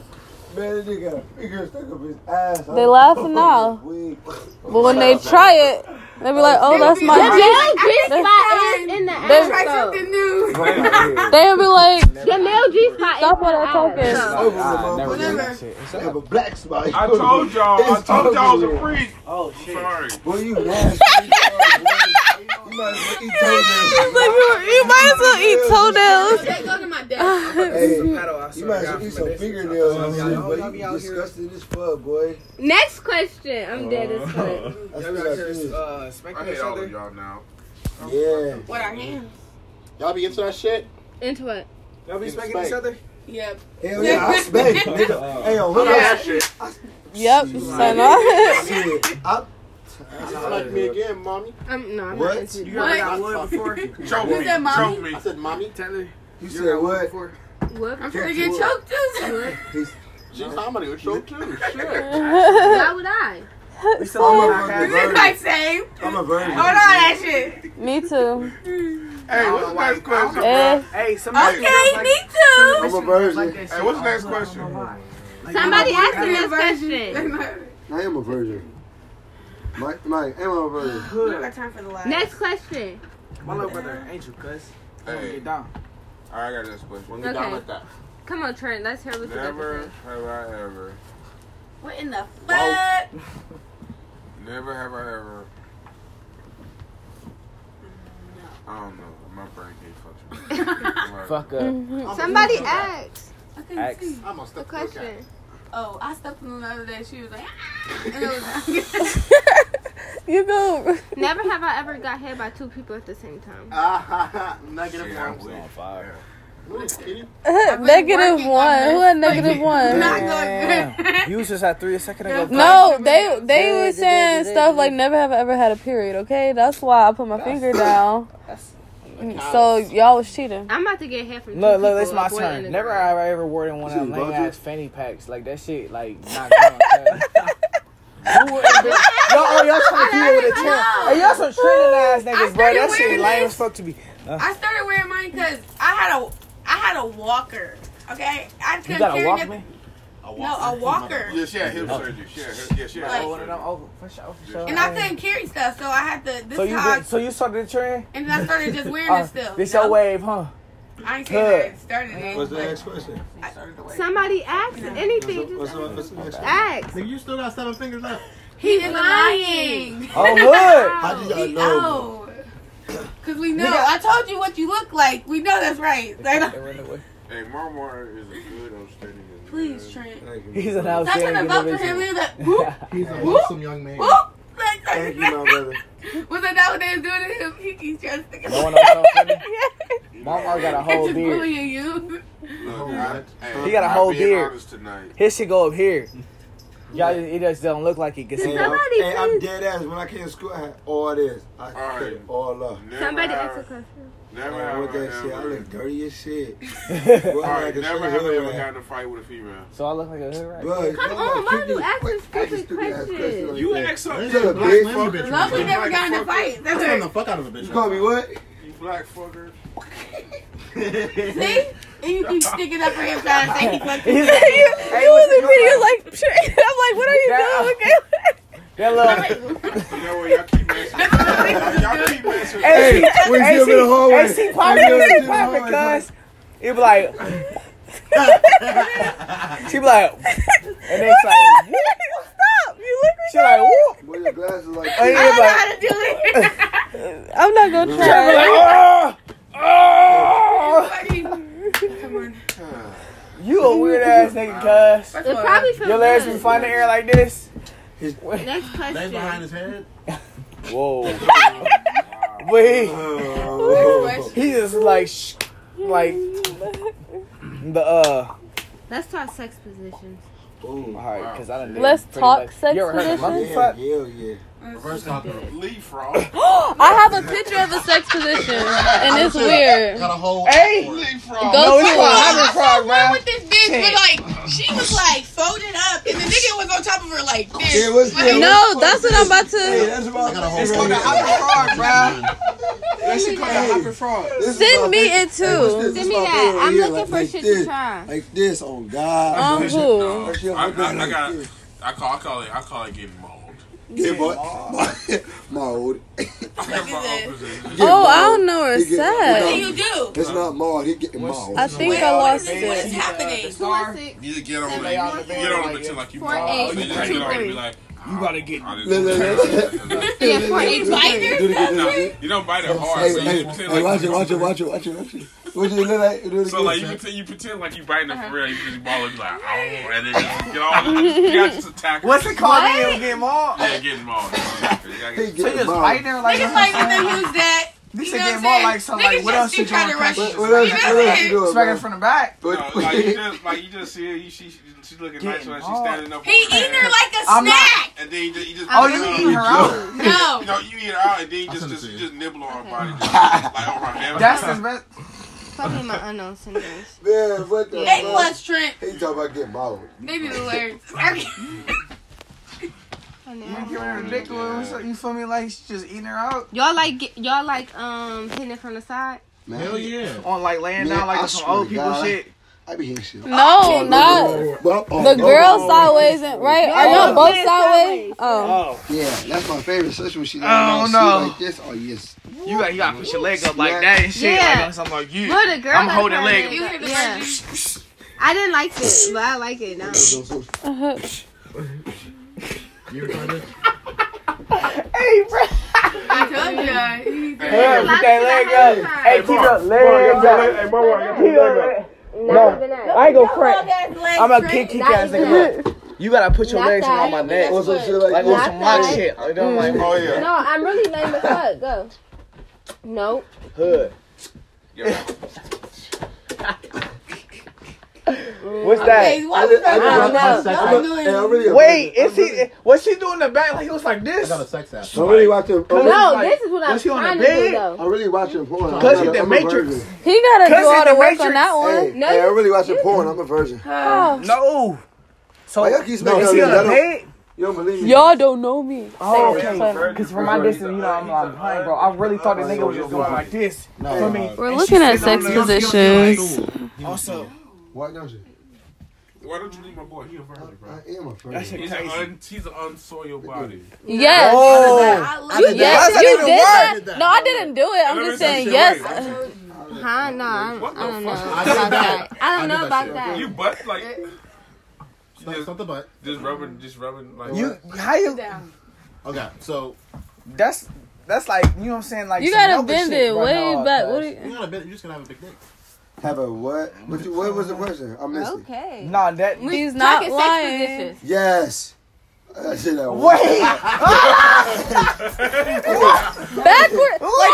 Man, that nigga got a finger stuck up his ass.
They laughing now,
Weak.
but when they try it, they be like, "Oh, that's my
The
dick."
male G spot is in the
There's-
ass.
They be like,
The male G spot
"Stop
is in
all
the
that
ass.
talking."
Over
Nah, never
the
done that shit. It's
have a black spot.
I told y'all. I
It's
told y'all I was
over.
a freak.
Oh shit.
Sorry.
Boy, you nasty. you might as well eat
Oh,
You might as well eat toenails.
toenails.
They go to my dad.
Hey, you might as well eat some fingernails and shit, but you disgusting as fuck, boy.
Next question. I'm dead as fuck.
That's what I said.
I hate all of y'all now.
Yeah.
What our hands?
Y'all be into that shit?
Into what?
y'all be
In
spanking each
space.
other?
Yep.
Hell yeah, I spank, nigga. Hey, yo, look at
Yep, son. I-
shit. I,
Like me again, mommy.
I'm no. I'm
What?
Not into
You
What?
ever got wood before?
Choke me.
that, mommy?
Choke me.
I said, mommy.
Taylor, you
you
ever
said
got wood
what?
before?
what?
I'm trying to get choked too.
She's somebody with you too. Shit.
Why would I?
We still on
Oh,
I'm a fucking
podcast?
virgin.
Like same.
I'm a virgin.
Hold on, that shit.
Me too.
Hey, what's the next question?
Eh.
Hey, somebody.
Okay, me too.
I'm a virgin.
Hey, what's the next question?
Somebody asked me this question.
I
I am a virgin. Mike, Mike, am I a virgin?
don't got time for the last.
Next question.
My little brother, Angel, cuz.
Hey,
Get down.
all right, I got this question.
Okay.
Down like that.
Come on, Trent. Let's hear what you got
Never
to
have I ever,
What in the
Wow.
fuck?
never have I ever. I don't know. My brain can't function. Like,
Fuck up.
say. Somebody asked
Mm-hmm. I couldn't
Axe.
see.
I'm gonna
the
step to the cat.
question.
Oh, I stepped on the other day. She was like, ah! and it was
You go.
Never have I ever got hit by two people at the same time.
Ah, ha, ha. Negative
shit, I
one.
wish.
What are you kidding?
Negative one. Who had negative one?
not going good.
You was just at three a second ago.
No, they they was saying stuff like never have I ever had a period. Okay, that's why I put my finger down. So y'all was cheating.
I'm about to get hit from
Look,
two
look,
people,
it's my
a boy and a
turn. Never
girl.
have I ever worn one of them
You
lame
bugged
ass fanny packs. Like that shit, like not going. cuz. Who would- Y'all, oh, y'all trying to deal with a trend. Hey, y'all some trending ass niggas, bro.
started
That shit
wearing
lame
this.
as fuck to me.
I started wearing mine because I had a I had a walker. Okay, I couldn't
You gotta
carry
walk
nothing.
me?
No, a walker.
Yeah, she had hip surgery. She had hip, yeah, she had
Like-
oh,
hip surgery.
for sure, for sure.
And I couldn't carry stuff, so I had to. This
So
is
you
how I,
did, so you started the trend?
and then I started just wearing
Uh,
it still.
This
you
your
know?
wave, huh?
I ain't saying that it started it.
What's the
but
next question?
I started the wave.
Somebody asked anything.
What's
Just
the, what's the next question?
ask.
Nigga, you still got seven fingers left.
He is lying.
Oh, hood.
How do y'all
He
know?
out. Cause we know. I told you what you look like. We know that's right. Like,
Hey, Marmar is a good upstanding. young
please,
man.
Trent.
He's an
Stop
outstanding
trying to vote for him.
individual.
He was like, whoop,
He's a
Whoop.
wholesome young man.
whoop. Like,
Thank you, my brother.
Was that not what they was doing to him? He keeps trying to stick it.
You wanna know something funny?
You know,
Marmar got a
It's
whole
just
beard.
bullying you.
Look, I, hey,
He got a
I'm
whole
being
beard.
honest tonight.
His shit go up here. Y'all, just- it just don't look like it. Cause
Hey,
he,
I'm,
Somebody
hey, I'm
please-
dead ass. When I came to school, I had all this. I
All
cut it
right.
all up.
Never
Somebody
have-
asked a question.
Never
Man,
have
with
I
that shit, I
ever-
look dirty as shit.
so
Boy, I
All right,
like a
never
straight
have I
hood
ever
rat.
gotten in a fight with a female.
I look like a hood right?
Bro, it's-
Come
it's
on,
like
why you
stupid-
asking
wait, asking stupid
stupid
ass
questions?
questions like
You
that.
ask up.
There's
You're
a
a
black
big
women
fucker.
bitch.
Love we
right
never got in a fight. That's
there. Turn
her.
the fuck out of a
You call me
bitch.
what?
You black fucker.
See? And you keep sticking up for him trying to say he fucked
He's
you.
like,
you was in video like, I'm like, what are you
Yeah.
doing? Okay.
that little.
You know what? Y'all keep messing. y'all keep messing.
Hey,
we see him in the hallway.
Hey, see popping,
Hey, we see him
see
in the
popping,
hallway.
cuz. It be like. she be like, and they like, whoop.
Stop! You
she like, whoop.
Boy, your glasses like
And it
this.
be like,
How to do it.
look. I'm not gonna try.
ah, ah.
Come on.
You a weird ass nigga, cuz.
First
It
of all,
probably feels
Your legs be
good.
flying in the air like this.
Next
Legs behind
question.
his head.
Whoa. But he,
Oh,
he just like, sh- like, the, uh,
Let's talk sex positions.
oh,
alright, cuz I done did
Let's
pretty
talk
much-
sex
You ever heard of monkey
positions?
yeah,
fuck?
yeah, yeah.
Reverse cowgirl.
Leaf frog.
I have a picture of a sex position, and it's weird.
Got a whole.
Hey!
Leaf frog.
Go-
No, it's a
I
hybrid
saw
frog,
one
man.
with this bitch, but like she was like folded up, and the nigga was on top of her like this.
Yeah, what's that?
No, that's what I'm about
Hey,
to
that's about
Got a whole.
It's
frog.
called a
hybrid frog,
That shit called a hyper frog.
This is my
send me it
favorite. Hey, what's this?
too.
This
Send me
my
that.
favorite
I'm
here,
looking
like-
for
like
shit to
this.
try.
Like this, on God.
Um, who?
No,
That shit
I,
like
I, I
like
got.
this.
I call. I call it. I call it getting mauled.
Yeah, boy. My old.
I got my own position.
Get
Oh, I
mauled.
don't know where it's
He get-
What do
at.
you do?
It's not mauled. He getting mauled.
I think I lost
What is
it.
happening?
You get on
Lay on the
it.
bed
Get on
like
it until like you
Four,
mauled.
eight,
You just
two,
get on it and
three.
be like.
You gotta get-
I didn't-
Look, look,
Yeah, for
You bite her?
Do it again, do it
No,
again.
you don't bite it hard.
Hey,
So
hey,
you pretend
hey,
like
watch
you-
it, watch it, watch it, watch it, watch it. What you look like? Do it
So like you
again.
pretend, you pretend like you biting it for real. You just ball and be like, oh, and then you just get all you got just attack. her.
What's it called? What? Get mauled.
Yeah, get mauled. You
So
He
gotta get-
you
getting
just
mauled.
biting her
Niggas like when they use that.
This
You
shit
know
getting
what I'm
more like so
saying?
like
Niggas
what
just
else
be
you trying to rush?
trying
What
Smack
what else you what else you doing,
it
bro?
from the back.
No,
What-
like you just like you just see her, you, she, she she looking
Getting
nice when she's
mauled.
standing up.
He
on
eating her
hand.
like a
I'm not-
snack.
and then you just, you just
Oh, you eating her out?
No.
You know, you eat her out, and then you
I'll
just
send it
just,
to
you
you.
just nibble on her body, just, like on her hand.
That's his best.
Probably my unknown singers.
Man, what the
They
fuck?
was Trent.
He talking about getting mauled.
They be alert.
You giving her ridiculous. You feel me? Like she's just eating her out
Y'all like get- y'all like um hitting it from the side?
Man,
Hell yeah.
on like laying
Man,
down like
I
on some
swear
old
to
people
God.
shit.
I be hitting shit.
No, not
Well, oh,
the
oh,
girl
oh,
sideways, and, right? Are y'all both sideways? Oh,
Oh,
Yeah, that's my favorite social when she
Oh,
down
no.
like this. Oh yes.
you got you got to put your leg up like that and shit.
Yeah.
Like on something like you.
Well, the girl
I'm
got
holding
her
leg.
leg
You hear
up.
the
Yeah.
yeah.
I didn't like it, but I like it now.
You retarded.
I told you. He said,
Yeah, put that leg up. Hey, keep your leg up.
Hey, Marwan,
Keep your leg- No, I ain't gonna front. I'm a kick kick ass nigga. You gotta put your
Not
legs
that.
around my neck.
Or some shit like
Like Mm.
that.
on some rock shit. Like, don't like
Oh yeah.
No, I'm really lame as fuck. Go. Nope.
hood.
yeah.
What's that?
Hey,
I
what
did, I
the-
did,
don't know.
I, I, I'm a- hey, I'm really a-
Wait,
I'm
is he? Was she doing the back? Like he was like
I
this.
got a sex app.
I'm really watching. I'm,
No.
really-
No, this is what I'm
Was he on
trying
the
to do
bed?
though.
I'm really watching porn. I'm
Cause
not-
it's the
I'm a
Matrix.
virgin.
he gotta
Cuz
do all
it's
the
the
work on
Matrix.
that
Hey,
one.
No,
hey,
you-
I'm really watching porn. I'm a virgin.
Oh.
No. So
Why y'all keep
no,
making
is
up
he
these-
on
y'all
the
don't-
bed?
You don't believe me?
Y'all don't know me.
Oh,
Say it.
okay. Because from my distance, you know, I'm like blind, bro. I really thought this nigga was just going like this.
No,
For me.
We're
And
looking
she
at
sitting
sex
on the-
positions.
He was
Also,
Why don't you?
Why don't you leave my boy? He a virgin, bro.
I am a friend.
He's an un, he's an unsoiled body.
Yes.
Oh.
I did that.
How's that
you
even a
did
word?
that.
I did that.
No, I didn't do it. I'm
Let me
just
see
saying
shit
yes.
right.
Huh? No, I'm, I
What the
don't know
fuck? I
about
did
that. I
I
don't
did
know
that
about
shit.
that.
You butt like just,
Stop the butt.
just rubbing, just rubbing like
You how you?
Okay, so
That's that's like you know what I'm saying. Like
You
some
gotta
other
bend
shit
it
right
way
now,
back.
cuz.
What? do
you're
you-
gonna bet you're just gonna have a big dick.
Have a what? What, you, what was the question? I missed it.
Okay.
Nah, that
He's not
Talking sex
lying.
positions.
Yes. I said that one.
wait.
Backward.
No, no,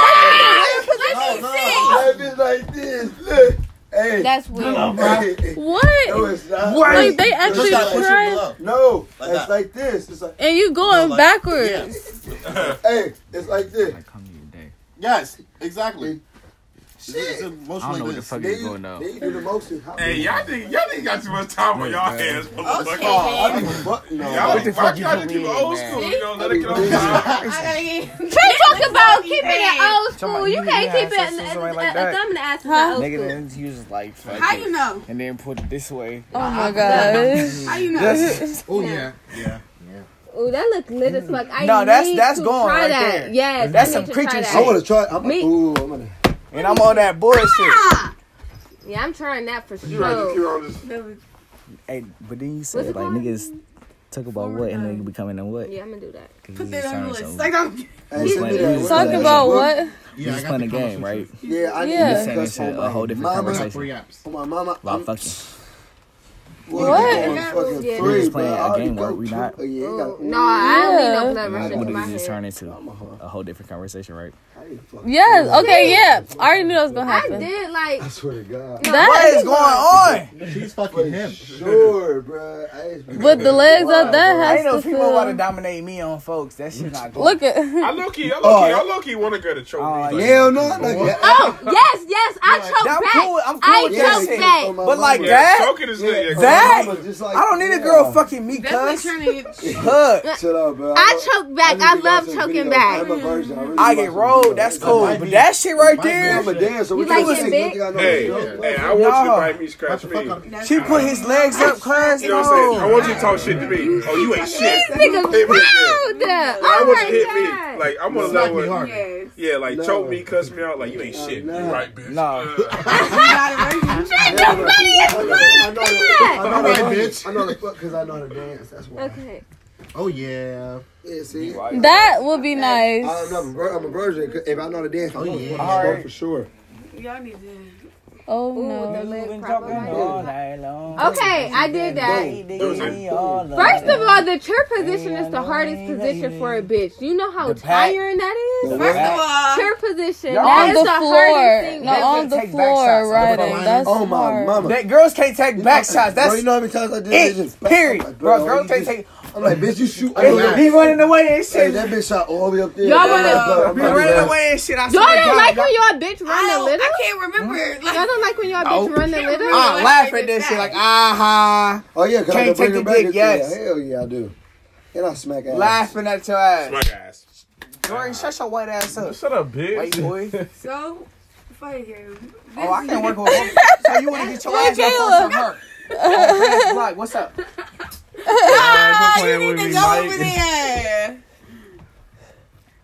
I just like this. Look. Hey.
That's weird.
hey. No,
What?
it's not.
Wait.
Like they
You just
actually
gotta push it
tried,
up.
No,
Like
it's
that.
like this. It's like,
and you going
No, like-
backwards.
hey, it's like this.
Yes, exactly. Shit.
Shit.
emotionally this.
They, they do the motion. How-
Hey, y'all think y'all think got too much time on y'all hands,
Oh,
motherfucker.
I don't give a fuck, no.
Y'all
the
think
fuck
fuck
you
y'all to keep
doing,
it old
man?
school, you know, let it get
Hey,
on time.
Trey talk about keeping it old school.
Somebody-
Oh, You
you
can't
had
keep it
sex
in
with
the-
somebody
a
like
a
that?
thumb in the ass in
Huh?
Nigga,
the old school.
then he was like, fuck
How
it.
you know?
And then put it this way.
Oh my gosh.
How you know?
That's,
Oh yeah. Yeah.
Ooh, that look lit as fuck. I
No, that's-
need
that's
to
gone
try
right
that.
there.
Yes,
That's
I
some
need to
preacher
try that.
I want to try. I'm like,
Me-
ooh, I'm gonna.
and I'm on that bullshit.
Yeah, I'm trying that for
You right, you keep
sure.
on this.
Hey, but then you
What's
said like
it called?
niggas talk about what and they becoming a what?
Yeah, I'm gonna do that.
Put that on your list. Like, I'm
Hey, send me
Talking
that.
Talking about what?
You just playing a game, right?
Yeah, I
Yeah.
Saying
need
this shit a whole different
mama.
conversation.
Three apps.
For my mama.
About
I'm
fucking.
What?
going fucking
Yeah.
free,
We just
bro.
playing a
I already
game,
go
right? We
tw-
not-
Oh, yeah,
Ooh,
you got-
No, I don't need no
Yeah.
blood rushing
What
in my
did this turn
hair.
into?
I'm a hoe.
A whole different conversation, right?
I ain't fucking-
Yes. Okay. Yeah. I already knew that was gonna
I
happen.
did like
I swear to God.
What
That.
is going on?
She's fucking him.
Sure, bro.
With the legs up,
I
that
ain't know
has to
people want to
feel.
dominate me on folks. That shit not good.
Look
I
at.
low key, I low
Oh,
key, I
yeah.
low key want to go to choke.
Oh,
me.
yeah.
Hell no, nigga.
Oh yes, yes, I choked
I'm
back.
cool. I'm cool
I
with
choked
that shit.
back.
But like
Yeah,
that,
choking is
Yeah.
yeah.
That?
Mama just like-
I don't need a
yeah.
girl fucking me,
definitely
cuz.
trying to get.
Hook.
Chill out, bro.
I choked back. I love choking back.
I'm a virgin. really
I
watch
get
the
rolled.
video.
That's
Like,
cool.
might
But
be-
that shit right
might be
there,
I'm a dancer.
You
What
like
you
it
say?
big?
Look at that
Hey,
nose.
hey, I want you to
Nah.
bite me, scratch me. You know
she put his legs up, cuz.
what I'm saying? I
No.
want you to talk shit to me. Oh, you ain't shit.
Nigga,
Hit me again.
wild.
I
Oh
want you to
my
hit
god.
me. Like, I'm on a
Smack me
level. with-
hard.
Yes.
Yeah, like
No.
choke me, cuss me out. Like, you ain't shit.
no.
You right, bitch.
No.
I know the-
Uh,
I know the-
Alright, bitch.
I know the fuck because I know the dance. That's why.
Okay.
Oh yeah.
Yeah, see.
That would be nice.
I'm, not a vir- I'm a virgin. 'cause If I know the dance, I'm
Oh,
going
yeah.
to
Alright.
for sure.
Y'all need to.
Oh
Ooh, the
no.
leg
Been
prop
talking
up.
all night long.
Okay, I did that. First
First
of all, the chair position is the hardest position for a bitch. You know how
The back.
tiring that is?
First of all,
Chair position.
Y'all
That
On
is
the
the hardest
floor.
thing.
No,
That's
on
what
the
take back shots.
floor riding. That's
oh, my
hard.
mama.
that girls can't take back shots.
bro,
That's
you know how many times I did that?
it.
Just back. I'm
Period,
like,
bro.
you
Girls can't
just-
take.
I'm like, bitch, you shoot. all
Hey,
that.
He running away and
Hey,
shit.
that bitch shot all the way up there.
Y'all
I'm like,
wanna-
bro, I'm
Be
about to
running
run.
away and shit. I
Y'all
swear to
don't
God,
like
y'all-
when y'all bitch
I,
run a
don't,
little?
I can't remember.
Y'all
Like,
don't like when y'all
Oh.
bitch run a little?
Ah.
I Ah, laugh at that shit like aha,
Oh yeah, cause
Can't
I can
take
bring
the
it back.
dick,
and-
yes.
yeah, Hell yeah, I do. And I smack ass.
laughing at your ass.
Smack ass.
Jordan, shut your white ass up,
Shut up,
white
bitch.
boy.
so, fuck him.
Oh, I can't work with him. So you want to get your ass back on
Caleb.
from her? Oh, Fred Block, what's up?
Ah, you
playing
need
with
to
me,
go
Mike.
over there.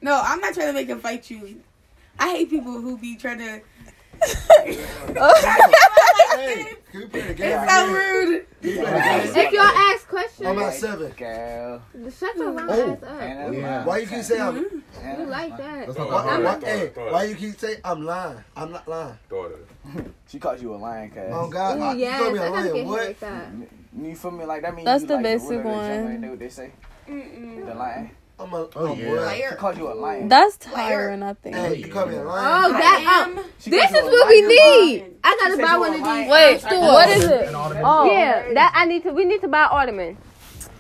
No, I'm not trying to make him fight you. I hate people who be trying to.
Hey, can we play the game?
It's so rude.
Can we play the game?
If y'all ask
I'm at
questions,
seven.
Girl,
shut your mama
Oh.
ass up.
Yeah.
Why you keep saying I'm?
You like that.
That's not
Oh,
Why,
my
I'm-
why,
fault.
Alright,
hey,
alright.
why you keep saying I'm lying? I'm not lying.
Daughter.
She called you a lion, cuz.
Oh God, I,
Ooh, yes,
you told me
I
I'm
gotta get
lying.
hit
What?
like that.
You feel me? Like that means
That's
you
the
like
basic
ruler of the jungle,
one.
ain't that what they say?
Mm-mm.
The lion.
I'm a.
Oh,
I'm
yeah.
what?
She called you a lion.
That's tiring. I think.
Hey, you call me a lion?
Oh, that.
am.
Oh,
She
this
called you a
is what we
lion.
need. I
She
gotta
said
buy
you
one
a
of
lion.
these.
Wait, what is it? Oh,
Yeah, that I need to. We need to buy ottomans.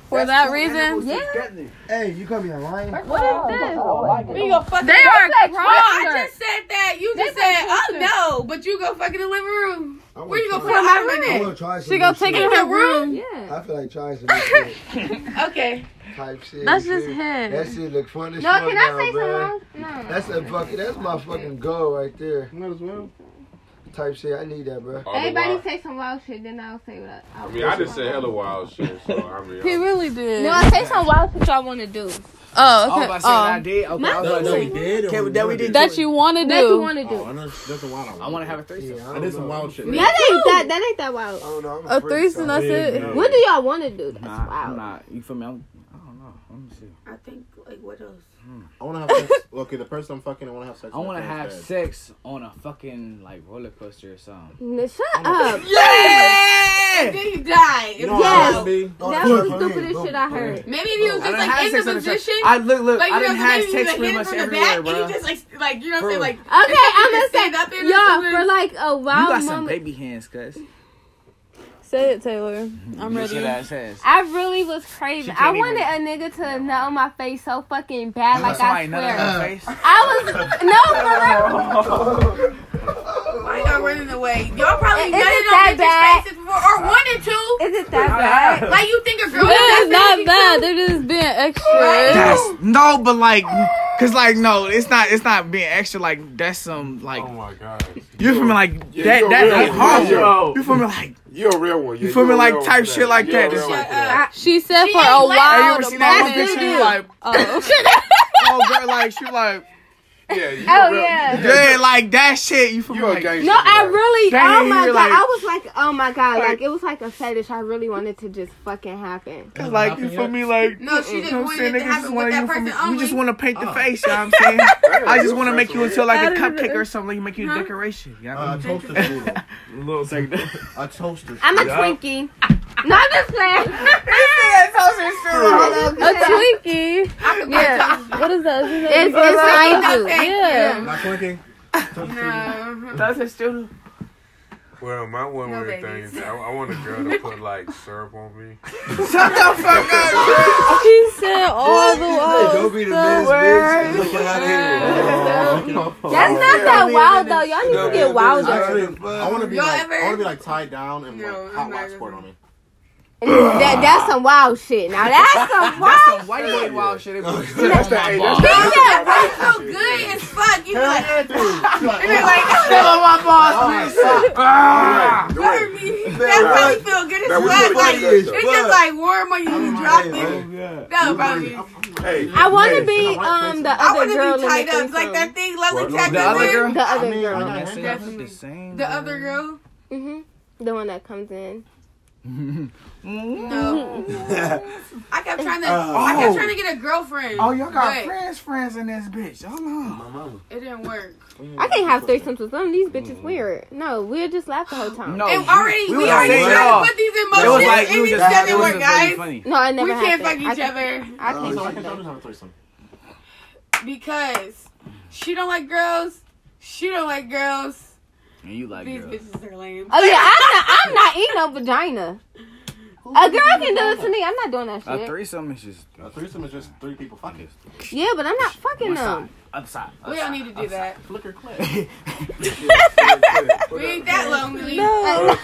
for
That's
that
two
reason.
animals together.
Hey, you call me a lion?
What is this?
You gonna fuck
They are
I
crossed.
just said that. You just said, oh no, but you go fucking in the living room.
I wanna
Where you gonna put
try-
my
I
money?
want to try some
She gonna
new
take it
shit.
in her room.
Yeah.
I feel like trying some new shit.
Okay.
type shit.
That's
you
just
feel me?
him.
That shit look fun as
No,
fuck
can I
now,
say
bruh.
something else? No.
That's a fucking. That's my fucking goal right there.
Might as well.
type shit. I need that, bro.
All the
Everybody
while-
say some wild shit, then I'll say what I.
I mean, I just said hella wild shit, so I mean.
He really did.
No, I say some wild shit y'all want to
Oh,
do.
okay.
I was about to say
oh.
that I did.
Okay, I was about to say- Okay, well, that we did
That
do
you want to do.
um, That you want to do.
Oh, I know that's a wild. I want to have a threesome. I,
don't
did some wild shit.
that ain't that. That ain't that wild.
Oh no,
A threesome, that's it.
no.
What do y'all want to do? That's
Nah,
wild.
I'm not. You feel me? I'm, I don't know. Let me see.
I think like what else?
I want to have sex. Okay, the person I'm fucking, I want to have sex.
I
with
want to
first
have
bed.
sex on a fucking like roller coaster or something.
N- Shut up.
Yeah.
Then you die. If
You
you
know what
Yes.
I want to be?
That was the stupidest shit I heard.
Maybe if you was
Oh, I
just like in
done had sex
the
on the
position.
track. I look, look.
Like
I
you know, so
done had
maybe you
sex
like
pretty
hit it
much
from the
everywhere,
back, and
bro.
you just like like you know what I'm saying,
Bro.
like
Okay,
you
I'm gonna
just
say
stand up in or
y'all
something.
for like a
You got
wild
some
moment.
baby hands, cuz.
Say it, Taylor. I'm
You see
ready.
that ass.
I really was crazy.
She
I
can't
wanted
even-
a nigga to nut on my face so fucking bad, like I
Somebody nut in
swear.
her face.
I was no for real.
Why y'all running away? Y'all probably
Is
done
it
it
that
on
bad?
bitches' faces before, or one or two.
Is it that bad?
Like you think a girl
That is
does that
not bad. They're just being extra.
That's no, but like, cause like no, it's not. It's not being extra. Like that's some like.
Oh my god.
You feel me like
Yeah,
that?
you're
That
real.
ain't harmful.
Yo.
You feel me like?
You a real one. Yeah,
You feel me
a
like
real
type
one.
shit like
You
that.
a real
Just-
one.
Shut up.
She said for
ain't
a
black.
Have you ever
wild
seen that one
moment.
picture? You like,
Oh,
oh, girl, like she like,
Yeah, you
Oh
a real,
yeah.
yeah, like that shit. You feel me
You a
like?
gangster.
No, I really.
Dang,
oh my
you're
god,
like-
I was like, oh my god, like,
Like-
it was like a fetish. I really wanted to just fucking happen.
Cause like you feel me like.
No, she just
You know what I'm
wanted
saying?
it to
Niggas just
happen with
want
that
you feel
person
me.
only.
We just want to paint the face, you know what I'm saying? I just want to make you into like a cupcake or something, like make you a decoration. You know what I
Uh,
mean?
toaster strudel.
Uh, Little second.
A toaster.
I'm a
Yeah.
Twinkie. No, I'm just playing.
a Twinkie. Yeah. What is that? Is that-
it's it's I do.
yeah.
Not clicking.
Uh-huh.
Toaster strudel.
Well, my one
No
weird thing
babies.
is that I, I want a girl to put like syrup on me.
Shut the fuck up.
He said all the
Go
wild
be the
stuff.
best bitch. Look out here.
That's not that wild though. Y'all need to get wilder.
Actually, I want to be
Y'all
like,
ever-
I want to be like tied down and
No,
like
it's
hot
not
wax
even-
poured on me.
That that's some wild shit. Now that's some wild.
That's the white boy wild shit. That's the hey,
He said, "Bro, so good as fuck." You be like, you be like,
my boss,
Right,
"Butter
right.
me." That's how you feel good as
That was
fuck.
really
Like
good,
it's
though.
just like warm on you. You drop
Oh,
it. No, probably.
Hey,
I want to
hey,
be um the
I
other
want to
girl in
be
the
tied up
threesome.
like that thing Leslie
What?
Jackson
The other
did.
girl?
The
I
other
mean,
girl.
I got
Definitely.
The same.
The uh, other girl?
Mhm. The one that comes in.
No. I kept trying to.
Uh,
I kept
oh.
trying to get a girlfriend.
Oh, y'all got
but
friends, friends in this bitch. Hold on.
It didn't work.
I can't have threesomes with them. These bitches weird. No, we'll just laugh the whole time.
No,
and already, we,
was
already
saying,
tried
y'all,
to put these
It was
emotions
like
in
we was
these
just it
doesn't work,
wasn't really
guys.
funny.
No, I never
We can't
happened.
fuck
I
each
can't-
other
Oh.
I can't.
So I
fuck
can
each
totally
other.
have a threesome.
because she don't like girls. She don't like girls.
And you like
These
girls.
bitches are lame.
Oh yeah, I'm not. I'm not eating no vagina. A girl can do it to me. I'm not doing that
A
shit.
threesome is just
A threesome is just three people fucking.
Yeah, but I'm not fucking
one side,
them.
upside.
We don't need to do that.
Flicker clip.
We ain't that lonely.
No.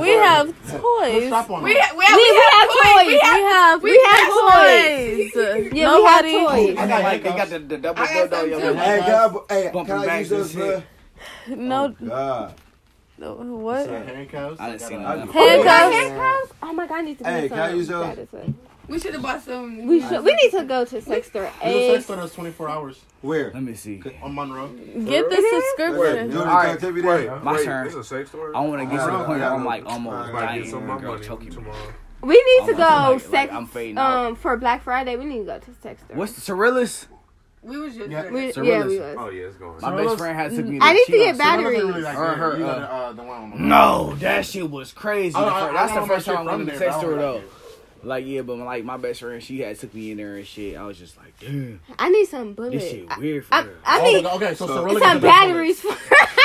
We have toys.
Stop on
We,
that.
ha- we, have,
We, we have toys.
have we have toys.
We have, we have
Yeah,
Nobody-
we
Oh,
have toys.
got like they got the, the double
I got some too.
dildo. Yo,
Hey, God, hey,
Bumping
can I use
back and
this, bro?
shit.
No.
God.
no,
I
What?
got handcuffs.
I done
got
seen
a-
enough.
Handcuffs.
Handcuffs? Oh my god, I need to
Hey,
do
can I use those?
something.
we should have bought some.
We should. We need to go to sex store.
It was sex
Eggs.
for those 24 hours
Where?
Let me see.
on Monroe.
Get the
Where?
subscription.
Doing
All right,
activity
wait,
there?
My
wait,
turn.
This is a safe story.
I want to get to the
Uh,
point where I'm
yeah.
like
I
almost
might
dying.
get some of
and
my
the girl
money
choking me.
tomorrow.
We need to
I'm like-
go
like,
sex
I'm fading out.
um for Black Friday. We need to go to sex store.
What's the Cyrillus?
We was just.
Yeah.
We,
So
yeah,
what
we
is-
was.
Oh yeah, it's going.
My best friend had took me.
I need to
Cheetos.
get batteries.
Or her,
You got,
uh,
uh, the one on Monroe.
No, that shit was crazy.
I don't-
The fir-
I- I
that's the
don't know
first
shit
time I
from
went to the
there,
sex
but I
store
don't
though.
like
Like yeah, but like my best friend, she had took me in there and shit. I was just like, damn,
I need some bullets.
this shit weird for
I,
real.
I need
Oh, okay, so
So-
Cirillic
some
is the best bullet.
batteries for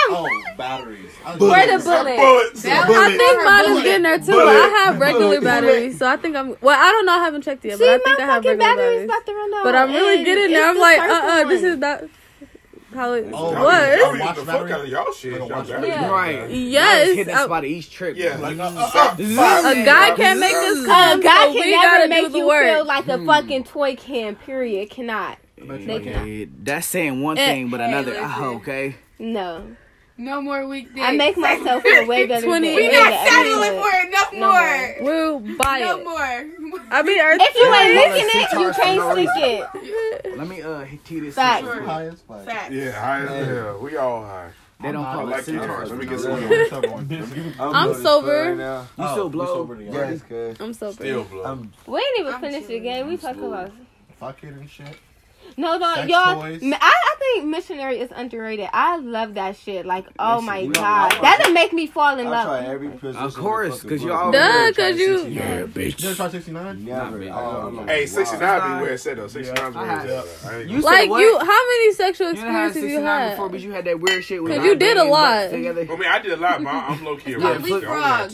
Oh, batteries. I
Bullet.
for the bullets.
Bullets.
I think mine is getting there too. but I have regular
Bullet.
batteries, so I think I'm. Well, I don't know. I haven't checked yet,
See,
but I
my
think I have
fucking
regular
battery's
batteries.
about to run out.
But I'm really
and
getting
it's
there. I'm
the
like, uh,
uh-uh.
circle
uh this
one.
is not how it
Oh,
I
What?
was.
mean, the fuck out of y'all shit.
Like a
Y'all
watch
better.
Yeah.
Right.
Yes,
Y'all just Hit that
I-
spot of each trip.
Yeah, like,
Like,
uh, uh, uh,
A guy can't make us come.
A guy
so
can
we gotta do
um, never make
the
you
work.
feel like
Hmm.
a fucking toy can. Period. Cannot.
yeah, that's saying one
Eh,
thing but
hey,
another.
listen.
Ah, okay.
No.
No more weekdays.
I make myself feel way better.
Twenty.
than
We
any
not settling
other.
for it. No,
No
more.
We'll buy
no
it.
more.
I mean, Earth.
If you ain't
Well,
licking
it's
it, you
guitar
can't
songs.
lick it.
Let me uh hit T this.
Facts.
real quick.
Facts.
Yeah, high as hell. We all high.
They don't call it
like you,
guitar.
Taurus. Let me get some.
You
I'm sober.
still blow.
Yes, cuz.
I'm sober.
Still blow.
We ain't even
I'm
finished the
chewing.
game. We talking about
Fuck it and shit.
no,
Uh,
no,
Sex
y'all.
toys.
I, I think missionary is underrated. I love that shit. Like, oh
Listen,
my
you know,
god,
I-
that'll make me fall in
I
love.
try every position.
Of course,
in the
because you
fucking
all
book.
Duh, 'cause you-
You ever
bitch.
try 69?
Never.
Nah,
Oh,
Hey,
I'm like,
Hey,
wow.
69 be where it said though. 69 be
I
where it
had-
said. though. I ain't
You
gonna-
said
Like
what?
you, how many sexual
You done had
experiences you
69
had?
before, but you had that weird shit with
'Cause you
Andre
did a
and Buck
lot.
Together.
I mean, I did a lot, but I'm low key.
Yeah, flip-
leapfrog.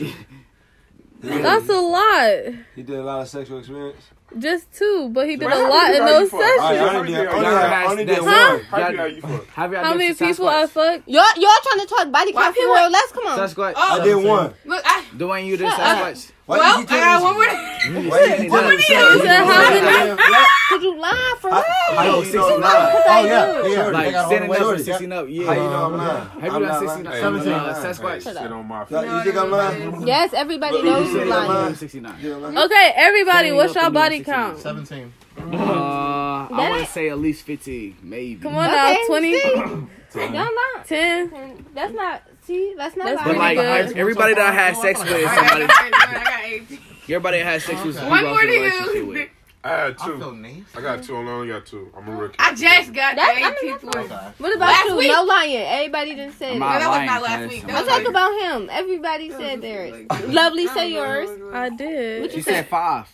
That's a lot.
You did a lot of sexual experience.
Just two, but he did
Right.
a lot in
Right.
those
Right.
All right,
sessions.
I only did, I only
Y'all
did-
guys-
I only did
that's-
one.
Huh?
How do you know you fuck?
Have y'all
How
done
many
some
people I
Sasquatch?
fucked?
Y'all, y'all trying to talk body
Why
count for
people-
real? Let's come on.
Sasquatch.
Oh.
I did one.
Look, I,
Dwayne, you did
Shut up.
Sasquatch.
Why
well, I
did you tell
got
me
one more.
this? Why did you tell me this?
You said how many?
Could you lie for real?
How- how
Oh,
you know I'm
69.
not?
Because I
Oh, yeah.
do.
yeah.
Like
They got
standing
all
up
the
for
way.
16 up. Yeah.
How you know I'm not?
Have you
I'm
done
not
69?
lying.
Hey,
Seventeen,
man.
uh, Sasquatch.
Hey, sit on my
Y'all-
face.
You think I'm lying?
Yes, everybody
Look,
knows
you
you
said
lying.
mine.
I'm 69.
You think I'm lying?
Okay, everybody,
Clean
what's
up
your
and do
body
16.
count?
17.
Uh, I
That-
want to say at least 15, maybe.
Come on
Okay,
now, 20,
see? Y'all lying.
10.
That's not. See, that's not.
That's
lying.
But
Pretty
like
good.
everybody that I had sex with, is
I got
somebody,
31, I got 18.
everybody that had sex with,
One more to
relationship
you.
with.
I had
I feel
two.
nice.
I got two. I only got two. I'm a rookie.
I just got
That's- I
the
mean,
18th one.
Okay.
What about
Last
you?
week-
No lying. Everybody didn't say
I'm
that.
not
that was
lying.
not last week.
cuz
That
I'll
was
I'm-
talk
like-
about him. Everybody said theirs.
Like-
Lovely,
I don't
say
know.
yours.
I did.
What
You
you
said
say?
five.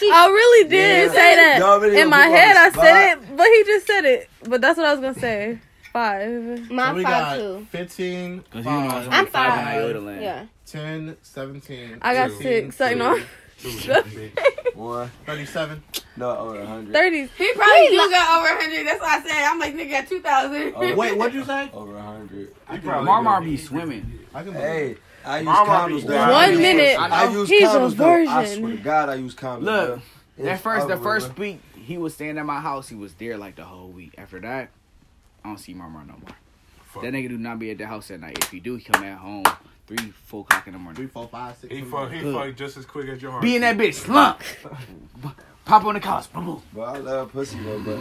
She,
I really did
Yeah.
say
Y'all
that.
really
In
gonna
my
put me on
head,
the
I said
spot?
it, but he just said it. But that's what I was gonna say. Five.
So
my
we
five
got
too.
15,
Cause you know
five,
I'm
five and
five.
I go to land.
Yeah.
10, 17.
I got
18,
six. Like no,
Two, bitch.
One.
37.
No, over 100.
thirty.
He probably
He
do
li-
got over 100. That's why I said I'm like nigga got 2,000.
Oh,
Wait, what'd you say?
Over 100.
You probably
Marmar
do.
be swimming.
I can believe
Hey, I use
Mama
condoms,
be
though.
wild.
One
I use-
minute. Oh,
I use
He's a
condoms, though. I
virgin.
swear to God, I use condoms.
Look,
bruh.
That
It's
first, the
over
first
with.
week he was staying at my house, he was there like the whole week. After that, I don't see Marmar no more.
Fuck.
That nigga do not be at the house at night. If he do, he come at home three, four o'clock in the morning.
Three, four, five, six.
He
seven,
fuck.
eight.
He fuck just as quick as your heart.
Be in that bitch slump. Pop on the couch. Boom, boom.
But I love pussy, though, but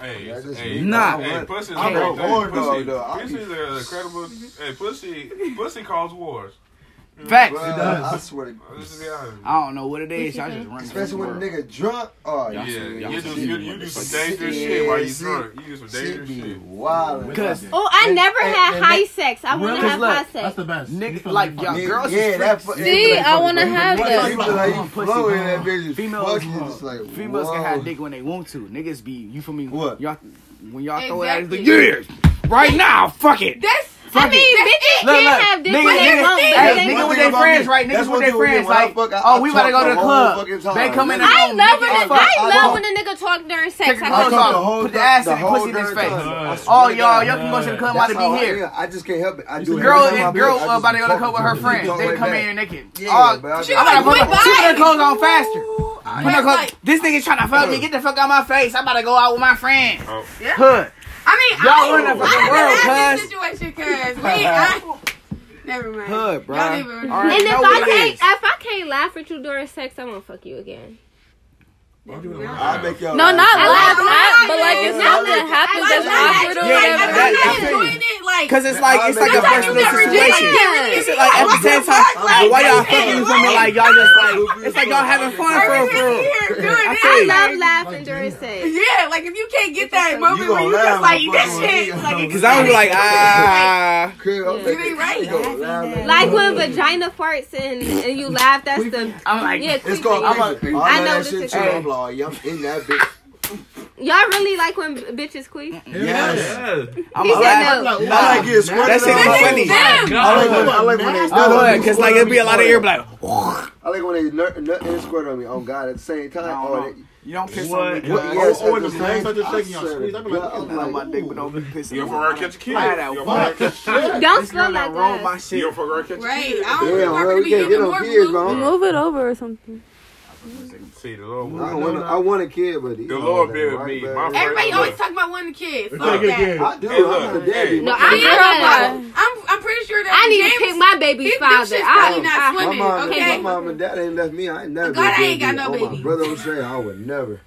Hey,
I just-
hey,
Nah.
Hey, pussy is
I'm
a
a
great thing.
war
Pussy,
dog, though. I
pussy
be-
is an incredible. Hey, pussy, pussy calls wars.
Facts.
bruh,
does.
I swear to God.
Let's just be honest.
I don't know what it is. Y'all just running.
Especially when a nigga drunk. Oh,
Yeah,
Y'all
yeah.
see-
you
y'all
do
see
you,
me
you
with
do
this
some
fucking-
dangerous shit while you
Yeah,
drunk. You do some
She
dangerous
be
shit.
wild.
Because
Oh, I
And-
never
and-
had
and
high
that-
sex. I want
Really?
to have
Look,
high
That's
sex.
the best. You
Nigga,
feel
like
good.
y'all girls
yeah,
is
that
freaks.
fu-
See, I want to
fucking
have
what?
You
that.
feel like you
Pussy,
floating
huh?
that bitch is
Females,
fucking
huh?
just like,
Females can
whoa.
have dick when they want to. Niggas be you feel me?
What?
Y'all when y'all throw it out, it's like
Exactly.
yeah, right now, fuck it.
That's
Fuck
I mean,
it.
bitches
Look,
can't
look,
have dick
nigga,
when they
nigga,
want.
hey,
but they
nigga,
don't.
with their
One thing
friends,
about
right?
me,
Niggas
that's
with
one
their
thing with me,
friends,
when I
like,
fuck, I-
oh,
I
we about to go to the
talk the whole
club.
fucking time,
They coming in
nigga.
I
home.
love
nigga,
when a,
fuck.
I love
Fuck.
when a nigga talk during
Take
sex. I
your
can
clothes
I talk
talk.
the whole
off. Put the
time,
ass
the
in the
whole
pussy in his
damn
face.
time. I swear
Oh, y'all,
to God.
y'all can go to the club
That's
about to be
how I
here.
am. I just can't help it. I do
said
Girl,
everything
and
my
girl
bitch, I
uh,
just
about to go to the club
fuck
with her
her.
friends.
Talk
They
right
come
back.
in here naked.
Yeah,
oh,
but I-
she about to put
like,
my- she
quick,
put her
bye.
clothes on faster. Put
Quick,
her clothes-
like-
This nigga's trying to fuck me. Get the fuck out my face. I'm about to go out with my friends.
Oh.
Hood.
I mean,
Y'all
I,
running up
I
in the world,
had
cuz.
this situation, cuz. Wait, I. Never mind.
Hood, bro.
Y'all even-
All
And
right,
if
know
I
what it
can't,
is.
if I can't laugh at you during sex, I won't fuck you again.
I'll make y'all
No,
laugh.
not
I
laugh,
like
at, but
that.
like if
Yeah, I
something
like-
happens
I
that's
like
awkward or
Yeah,
whatever.
Yeah, that-
I'm
that-
not doing it like.
Cause it's like it's like a
Sometimes
personal
you never do
situation.
that.
It's like at the same time, like, why y'all fucking you me like y'all just like it's like y'all having fun for real, for real.
Here, doing it.
tell
I like,
you.
I love laughing during sex.
yeah, like if you can't get that
You
moment where you
gonna laugh,
just like
motherfucker.
this shit, like
Cause I was like ah,
Crib, I'll
You
make
ain't
it-
right.
you gonna laugh at
Like
it.
when vagina farts and, and you laugh, that's the
I'm like
yeah.
It's
creepy.
called
I'm a-
creeping.
I
I know
know
that
this
shit
is
too.
right.
I'm like, yeah, I'm in that bitch.
Y'all really like when bitches queef?
Yes.
I'm
He
a
said
laugh.
no.
I like it
That shit
squirted on.
be funny.
I like when I like when they
I
nut on
would,
me,
cause like it'd be a lot of
squirt
ear
on me.
like
I like when they nut nut and squirt on me. Oh God! At the same time,
I
oh,
don't
they,
know. you don't piss
What?
on me.
What?
guys.
Yeah.
yes,
oh,
at
when
the
the
same
man started
time,
shaking, y'all
I swear to
squeeze. I be
God, I'm
like,
I know my
like,
dick, but
ooh.
don't be pissing.
You don't
on
fuck around
me.
catch a kid.
I had
You
a
don't fuck around
fuck.
catch a
This
Don't
kid.
girl
smell
done
like
rolled my
that.
You
shit.
don't fuck around catch a
Right.
kid.
I don't
Damn,
remember
bro,
to
we
be
can't
getting
get no
more
beers,
blue.
bro.
Move it over or something.
One second.
see, the Lord.
I want, I want a kid, but
The Lord be with me. My friend-
Everybody
look.
always talk about wanting kids.
Look,
Fuck that.
I do.
Hey, look,
I'm the daddy.
hey.
No, I am. I'm, I'm pretty sure that
I need to
James-
pick my baby's
his
father.
dipshit's
I-
probably not
I-
swimming.
my mom, my
okay.
mom and dad ain't left me. I ain't never.
God,
been
I ain't
baby.
got no
oh,
baby.
My brother was saying I would never.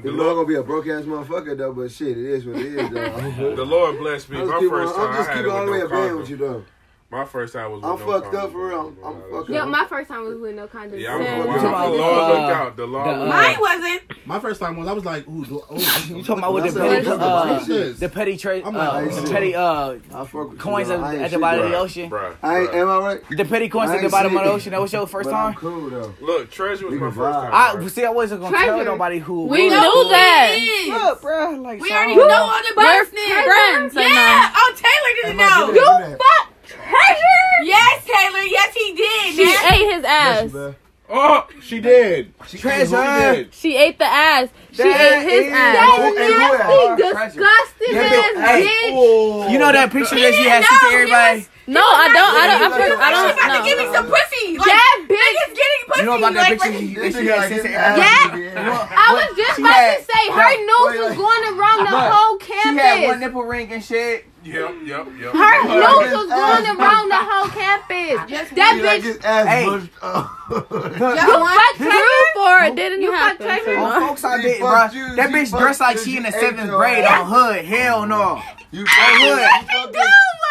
The Lord gonna be a broke ass motherfucker though, but shit, it is what it is though.
The Lord blessed me.
I'm just
My
keep
first
on- I'm
time I
just
had
keep
it
all the way
with no
up being with
condom.
you though.
My first time was with
I'm
no
fucked
condom.
up for real. I'm, I'm fucked
Yeah,
up.
my first time was with no condom.
Yeah, I was
Same.
the Lord looked out. The Lord looked out.
wasn't.
My first time was I was like, ooh, do- oh,
You talking about with the petty, uh, the petty trade,
I'm
uh,
like,
the
shit.
petty uh,
with
coins
you,
at,
bro. I ain't
at the
shit,
bottom of the
bro.
ocean?
I ain't, am I right?
The petty coins
I
at the
ain't
bottom of the
shit.
ocean. That was your first
But
time.
I'm cool though.
Look, treasure was my first time.
I see. I wasn't gonna tell
Treasure.
nobody who.
We
was.
knew that.
Look, bruh, like
We
so-
already know all the
We're
business.
friends,
Yeah.
I know.
Oh, Taylor didn't
I
know.
giving You
You fuck treasure. Yes, Taylor. Yes, he did.
She
man.
ate his ass.
Oh, she did. She
Treasure. She ate the ass. She
That
ate his
is-
ass.
That is
That
nasty,
nasty, disgusting
That bitch-
ass
hey,
bitch.
You know that picture that she had
didn't
sent
know.
to everybody.
No, I don't. I don't. I, feel, I
She
don't.
about
No.
to give me some pussy. Like,
That
niggas getting pussy.
You know about that
like,
picture
like-
she- that she had sent to everybody.
Yeah, I was just
She
about to
had-
say her
Look,
news
wait,
was
wait.
going around the
Look,
whole
She had one
campus.
nipple ring and shit.
Yep, yep, yep.
Her news was going around the whole campus. That
He like
bitch.
his ass
Hey.
bushed up.
You fucked Drew for it. Didn't
You fucked
happen.
Treasure?
so.
Oh, folks, I
She
didn't, bro.
fucked you,
That
she
bitch
fucked
dressed like
you,
she in
she
the
ate
seventh
your
grade um,
ass.
on hood. Hell no.
You
I
fucking
would.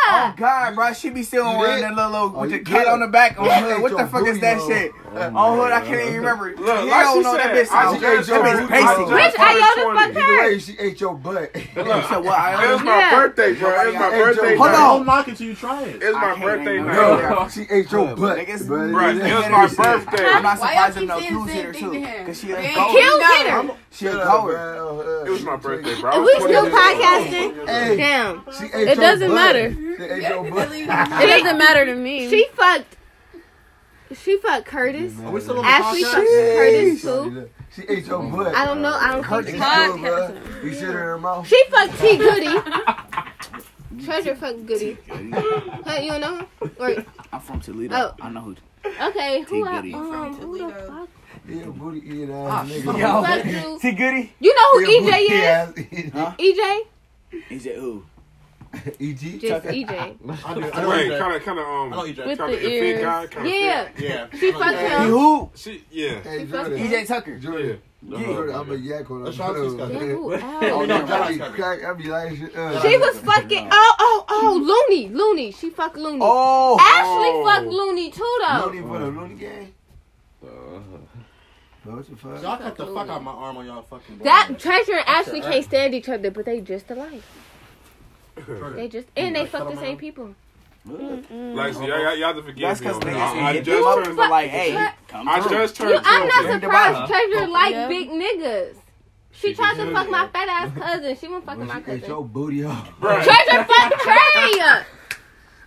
Oh God, bro, she be still wearing that little, little with the
you
cat
good.
on the back on
You
hood.
ate
What the
your
fuck is
booty
that
hole.
shit? On hood, I can't even remember.
Look, like
Hell
she
no, that
said,
bitch.
I
sound-
just-
That bitch
I just-
basic.
Bitch, I y'all just fucked
Either way, she ate your butt.
Look,
So what? I
It was my
Yeah.
birthday, bro. It was my
Hey, Joe,
birthday.
hold
night.
on.
Oh
don't knock until you try it.
It's my
can't
birthday
hang
night.
no-
bro.
No, she ate your butt.
Niggas-
Bro,
bruh.
it was my birthday.
I'm not
Why y'all
surprised
keep
if no
saying the
clues hit
same
her
thing to
too.
him?
Cause she a goer.
Yeah. Kill
Kill
hitter.
hitter.
She a goer.
It was my birthday, bro. I
If
was
we still
20 years old.
podcasting,
Hey,
damn.
she ate
It
your
doesn't
butt.
matter.
She ate your butt.
It doesn't matter to me.
She fucked. She fucked Curtis.
Are we still on the
Ashley fucked
podcast?
Curtis too.
She ate your butt.
I don't know. I don't
She
think
ate
she
your
fucked.
butt. You shit in her mouth.
She fucked T Goody. Treasure fucked Goody. Hey, you don't know? her? Or,
I'm from Toledo.
Oh.
I know who.
okay, who
T.
I,
Goody.
um, who the fuck?
Yeah, booty eating ass nigga.
Fuck you.
T Goody.
You know who E
Yeah,
EJ
booty
is?
ass eating-
EJ?
Is it who?
EG.
Just E EJ.
I do. I know
Wait,
EJ.
kind of, kind of, um,
I know EJ.
With
kind
the
of fit
ears.
guy, kind of
Yeah.
Fit.
Yeah.
She fucked
You
him.
who?
She, yeah.
fucking-
Hey,
E
Jordan.
DJ Tucker.
Jordan. Jordan, I'm a yak on
That's Chauncey's cousin.
Yeah, who
that.
else?
Oh,
no,
no, I be crack. I be like, shit, uh,
She was fucking. Oh, oh, oh, Looney, Looney. She fucked Looney.
Oh.
Ashley fucked Looney too, though.
Looney for the Looney gang. Bro, what the fuck?
Y'all cut the fuck out my arm on y'all fucking.
That Treasure and Ashley can't stand each other, but they just alike. They just and they fuck the same people.
Like, so y'all, y'all, y'all have to forgive
That's
me.
because
on
niggas
that.
ain't
I, I
hit them
just
up
turned,
for like, hey, come
I
through.
just turned
You, I'm
12.
not
Bring the
surprised
bottle.
Treasure like
Yeah.
big niggas. She tried to fuck my fat ass cousin. She wasn't fucking
Bro,
my
she ate your
cousin.
booty off.
Bro,
Treasure fucked Trey.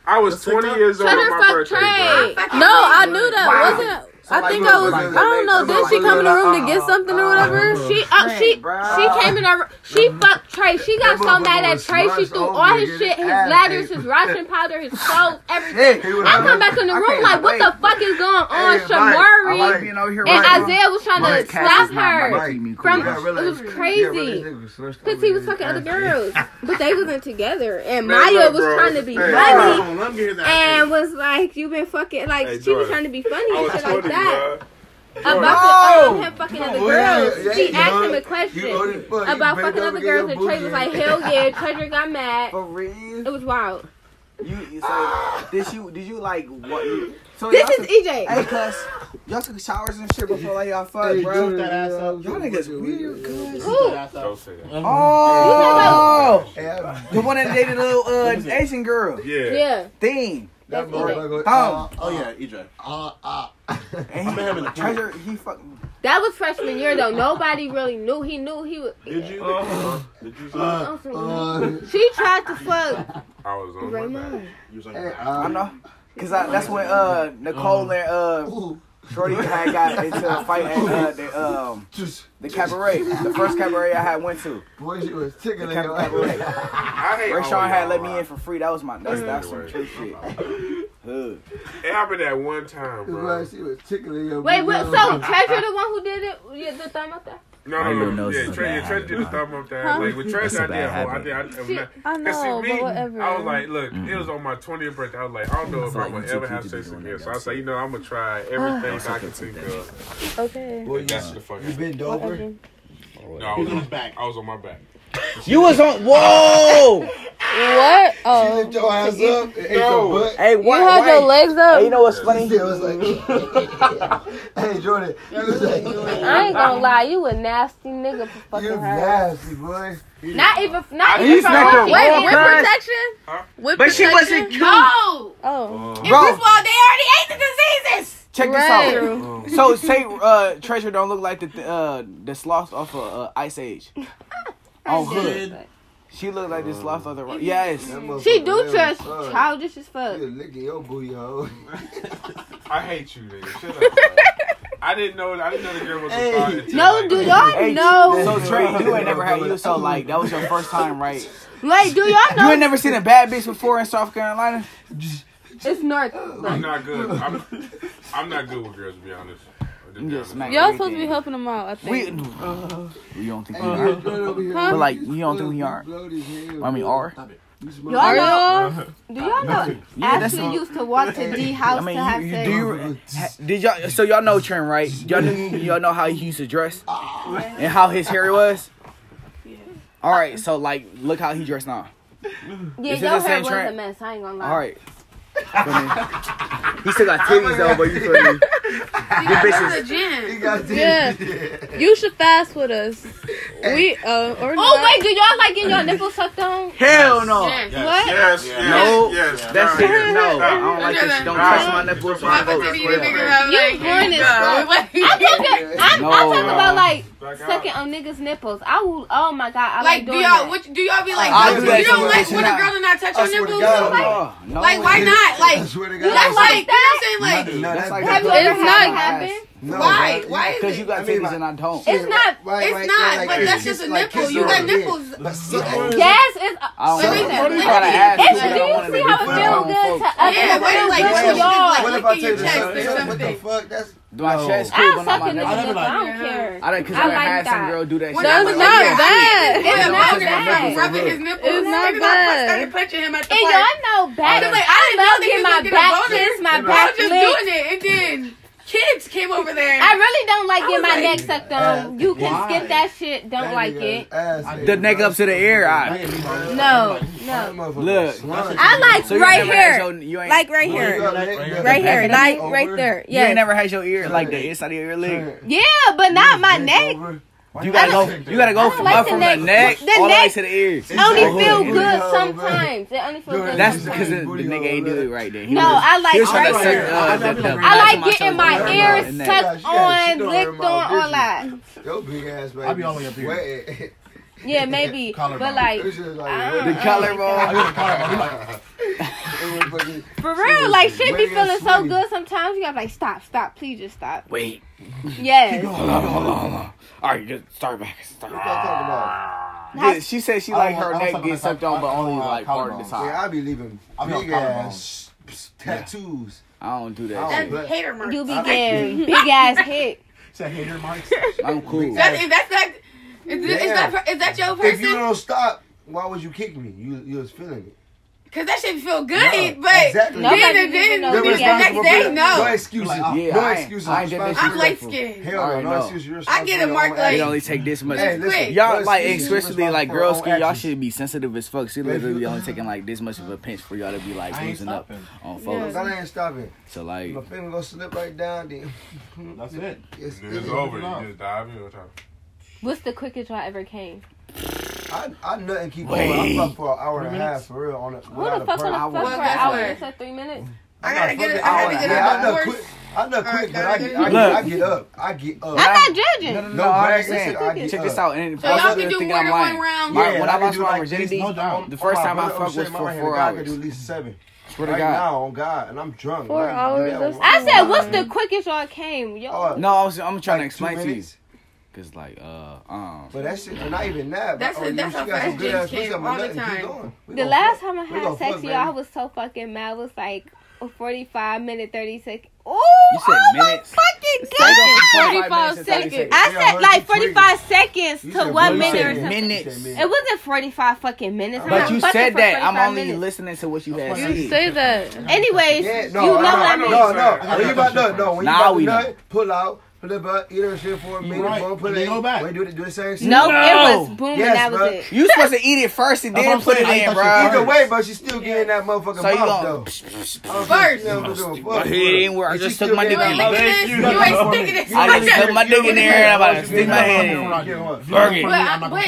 I was 20 years old on
Treasure
my
fucked
birthday, bro.
Trey.
No, I knew that. Wasn't I think I was. I don't know. Did she come in the room to get something or
Uh-uh.
whatever?
She oh she she came in her she fucked Trey. She got so mad at Trey she threw all his shit, his ladders, his washing powder, his clothes, everything. I come back in the room like, what the fuck is going on, Shamari?
being over here.
And
right now.
Isaiah was
My
trying to
cat
slap
is not
her
biting me,
from
cool.
Yeah,
it
really.
was
Yeah, really,
crazy.
nigga, slushed
Cause
over
he was
his
fucking other
ass.
girls, but they wasn't together. And
Man,
Maya
look,
was
bro.
trying to be funny
Hey,
uh,
Hold on, let me hear that.
and was like, "You've been fucking like
Hey,
she was
Jordan.
trying to be funny
I
and
was
shit
20,
like that."
bro.
about the, about him fucking other
Well,
girls.
yeah,
she
you
asked him a
know, you know this
question
fuck, you
about
bent
fucking
over,
other
gave your
girls, and Trey
booty
was
in.
like, "Hell yeah!" Treasure got mad.
For
It
Oh.
real?
was wild.
You, you so did you did you like what? You, so
This
y'all
is E
took-
EJ.
Hey, cuz y'all took showers and shit before like y'all fuck,
Hey,
bro.
dude,
that ass up.
Y'all niggas weird, cuz.
Who?
Don't say that.
Oh,
Hey, I-
the one that dated a little uh, Asian girl.
Yeah.
Yeah.
Thing.
That motherfucker.
Oh.
Oh yeah, EJ.
Uh, uh,
And he,
having a
treasure, he fucking.
That was freshman year though. Nobody really knew. He knew he was.
Did you? did you?
uh,
Oh, so-
uh,
she tried to fuck
I was on my back.
Raymond.
you was on
hey,
your back.
I
uh,
know. Cause I, that's when uh Nicole and uh
ooh,
Shorty had got into a fight at uh, the um
just-
the cabaret, the first cabaret I had went to.
boy, she was tickling
The
your
cabaret.
ass.
I hate all
Ray Sean had
y'all.
let me in for free. That was my that's that's some
Anyway.
true shit.
hood. It happened at one time, bro.
She was tickling your
Wait,
big
what,
old-
so Treasure the one who did it? Yeah, the thumb up there?
No,
I
no,
don't
no.
know,
Yeah,
it's a
Trey,
bad
yeah, Trey
habit,
did a thumb up there.
Huh?
Like with Trey, I
That's
did
a
a
bad
whole. I
habit.
did. I, I,
She- I
and
know,
see, me,
but whatever.
I was like, look, it was on my 20th birthday. I was like, I don't know if I'm gonna ever have sex again. So I said, you know, I'm gonna try everything I can think of.
Okay.
Well, that's the fuck. You
been
Whatever.
No, I was on his back. I was on my back.
You was on. Whoa!
What? Oh.
Lift your ass up. and ate your butt.
Hey,
You held your legs up.
you know what's funny?
Hey, Jordan. You was like,
I ain't gonna lie, you a nasty nigga for fucking
You
her.
nasty boy.
Not even, not
I-
even
he
from
smacked her
Wait,
all
with
kinds.
protection? With
But she
protection?
wasn't cute.
No.
Oh.
Bro.
First of all, they already ate the diseases.
Check
Right.
this out. So say uh, Treasure don't look like the th- uh, the sloth off of uh, Ice Age. Oh, hood. She look like the sloth of the rock. Yes.
She do
That
just
motherfucker was
childish as fuck.
You licking your booty hole.
I hate you, nigga. Shut up. man. I didn't know. I didn't know the girl was a thought until,
No,
like,
do y'all know?
So Trey, you ain't never had you so like that was your first time, right?
Like, do y'all
You ain't
know?
never seen a bad bitch before in South Carolina.
It's North.
I'm not good. I'm, I'm not good with girls, to be honest.
Y'all supposed to be helping them out, I think.
uh, We don't think we
Hey,
are,
Uh-huh.
I'm good over here.
but like you don't think we are. I mean, are.
Y'all know? Do y'all know?
Yeah, that's
Ashley
not-
used to walk to D house
I mean,
to have
you, you,
sex.
do you, ha- did y'all? So y'all know Trent, right? Y'all knew, y'all know how he used to dress and how his hair was. All right, so like, look how he dressed now.
yeah,
Is it the
your hair
same
was
track?
a mess. I ain't gonna lie.
All right. he still got titties though, but you feel me?
You
bitches-
Yeah. You should fast with us. We uh or
Oh wait, do y'all like getting your nipples sucked on?
Hell no.
Yes. What?
Yes, yes,
No,
yes.
that's
no,
it. No, I don't like this. Don't touch my nipples. My nipples.
You born this, bro. I'm talking, I'm,
No.
I'm talking about like sucking on niggas' nipples. I will. Oh my god, I
Like,
like,
do
doing
y'all,
that.
what, do y'all be like,
I
don't-
do that
you
so
don't
much.
like when a girl do not touch your
I swear to
nipples?
God,
like,
no.
like, why not? Like, that's like, you know what I'm saying? Like,
That's like
Have you
It's
ever
not
had that
happened.
happen? Why? Why is
Because you got titties and I don't.
It's not.
It's not, but that's just a nipple. You got nipples.
Yes, it's.
I don't
But
want
it's-
to. Try to ask
it's-
you, but I
do
don't
you
want to
see
make you feel
how it feel
wrong,
good
folks.
to other
Yeah, what
people?
if, like,
Good
what if
to
you
y'all.
just, like, lick in your
take
chest or
What the
something?
fuck? That's
Do I chest cool,
I'll
but not
suck
my
a nigga's
nipples?
nipple. I don't care.
I done, cause I
I
done
like
had some
that.
girl do that. shit.
That's
I'm like,
not
oh, yeah.
bad.
Yeah,
It's not
touch my
bad.
nipples,
rubbing
I'm
his
good.
nipples.
It's not
Niggas, I
bad.
started punching him at the
And
park.
y'all know back.
I was like, I
I
didn't know
love
niggas
getting
was
my
getting
back
bonus.
kissed, my
And I
back
was just
licked.
doing it, and then kids came over there.
I really don't like getting my
was
neck
like,
sucked on. You can
why?
skip that shit. Don't like it.
The neck up to the ear. I
No, no.
look.
I like
So you
right
never had
here.
your- you ain't-
Like right here. Right here. Like right there.
You ain't
Yeah.
never had your ear like the inside of your ear licked.
Yeah, but not my neck.
You gotta go. You gotta
I
go
don't
from,
like
up
the
from
neck.
the neck
The
all the way
neck
to the ears.
It only
Oh,
feel
yeah.
good sometimes. It only feels good.
That's because
sometimes.
the, the nigga ain't do it right there. He
No,
was-
I like
he was trying to
right
suck,
here.
uh, the- the back
I
of
like getting
shoulder
my
and
ears
neck.
tucked
Yeah, she
on,
don't
licked
remember how
on,
big
all
you-
that.
your big ass, baby.
be all the way up here.
Wet.
Yeah, maybe.
Collarbone.
But like,
It was just like,
I
what
don't-
the-
The
collarbone.
collarbone.
it was fucking-
for real, like shit be
wet and
feeling so
sweaty.
good sometimes. You gotta be like, stop, stop, please just stop.
Wait.
Yes.
Hold on, hold on, hold on. All right, just start back. Start
What y'all
back.
talking about?
Yeah, she said she like
I
her
was
neck
talking
gets
about
sucked on, but only
collarbone.
like part of the
Yeah,
side.
I be leaving
I'm on
big
collarbone.
ass tattoos.
I don't do
I
that.
don't-
shit.
That's hater marks.
You be getting big ass hit.
Is that hater marks?
I'm cool.
That- if that's that, is, is
Yeah.
that, is that your
If you
person?
don't stop, why would you kick me? You you was feeling it.
Because that shit feel good,
No,
but
exactly.
then
Nobody
and
even
then
know
the
big ass
next day,
hit.
No
no.
excuses.
Like, yeah,
no
I ain't-
excuses.
I ain't that
I'm
Responsible.
light
disrespectful.
skinned.
Hell
I
no,
ain't
no
know.
excuses. You're
I get a
responsible.
mark
Don't
like-
It
act-
only take this much.
Hey, listen,
Y'all
no
like
excuses. You're
especially like
responsible
girl
for
skin.
your
Y'all
actions.
should be sensitive as fuck. She
If
literally
you-
only taking like this much of a pinch for y'all to be like
I ain't
losing up
stopping.
on folks.
That ain't stopping.
So like,
My finger gonna slip right down. Then
That's it.
it's,
It's over. You just dive in. What y'all-
What's the quickest y'all ever came?
I I nothing keep going. I fuck for an hour and a half for real. On a,
Who the
without
fuck
a perk.
gonna fuck for
Well,
an
that's
hour?
where-
It's like three minutes.
I gotta get it.
fucking
I
hour
gotta
and
get
a
it
half.
on
I
the
know
horse.
quick. I know quick, but I, I,
Look.
I, get up. I get up.
I'm not judging.
no, no, no,
No,
I
brag
understand.
shit, I get
Check this
up.
out. And
So y'all
also
can
they
do
think
more
I'm
than one
lying.
round?
My- when I
can
lost
do
my
like
virginity,
this, no doubt.
the first
Oh, my
time I
brother,
fucked
shit,
was
my
for
hand.
four
God, I could do
hours.
at least seven.
Swear to
right
God.
now, on God, and I'm drunk.
Four
Like,
hours,
that
that's-
one
I said,
hour.
what's the quickest y'all came? Yo,
Oh,
No, I was, I'm trying
like
to
two
explain to you.
minutes?
Cause like, uh, um,
But that shit, not even that.
That's-
oh, you-
that's
she
how
got some
fast
good
James
ass pussy,
came
I'm
all the
nothing, keep
Oh,
time.
going. We
the
gonna
last
fuck.
time I
We
had
gonna
sex,
fuck,
y'all I
baby.
was so fucking mad. I was like, 45 minute 30 seconds. Oh,
You said
oh
minutes?
my fucking
Straight up from
god!
45 minutes
45
to 30
seconds.
seconds.
I
Yeah,
said
I
like
heard you
45 seconds
You
to
said
one
you
minute
said
or something.
minutes.
It wasn't 45 fucking minutes. I'm
But
not
you
fucking
said
for
that. I'm
45
only
minutes.
listening to what you had
You
said.
say that.
Anyways,
no,
you know
I
what I
no,
mean.
no, no. When you about to no, when you
Nah,
about
we
to
know.
nut, pull out, put the butt, eat her shit for a minute,
right.
bro, put
Then
it
go
back. Wait, do it, do the same. shit.
No, it No. was boom and
Yes,
that was
bro.
it. You supposed to eat it first and
That's
then
what I'm
put it
saying. I
in,
thought
bruh.
you- Either way, but she's still getting that motherfucker
So you
mouth
gonna-
though.
First. It
It
didn't work. I just took my dick in there.
You ain't sticking it.
I just stuck my dick in there and I'm about to stick my head in. Burger.
But I- but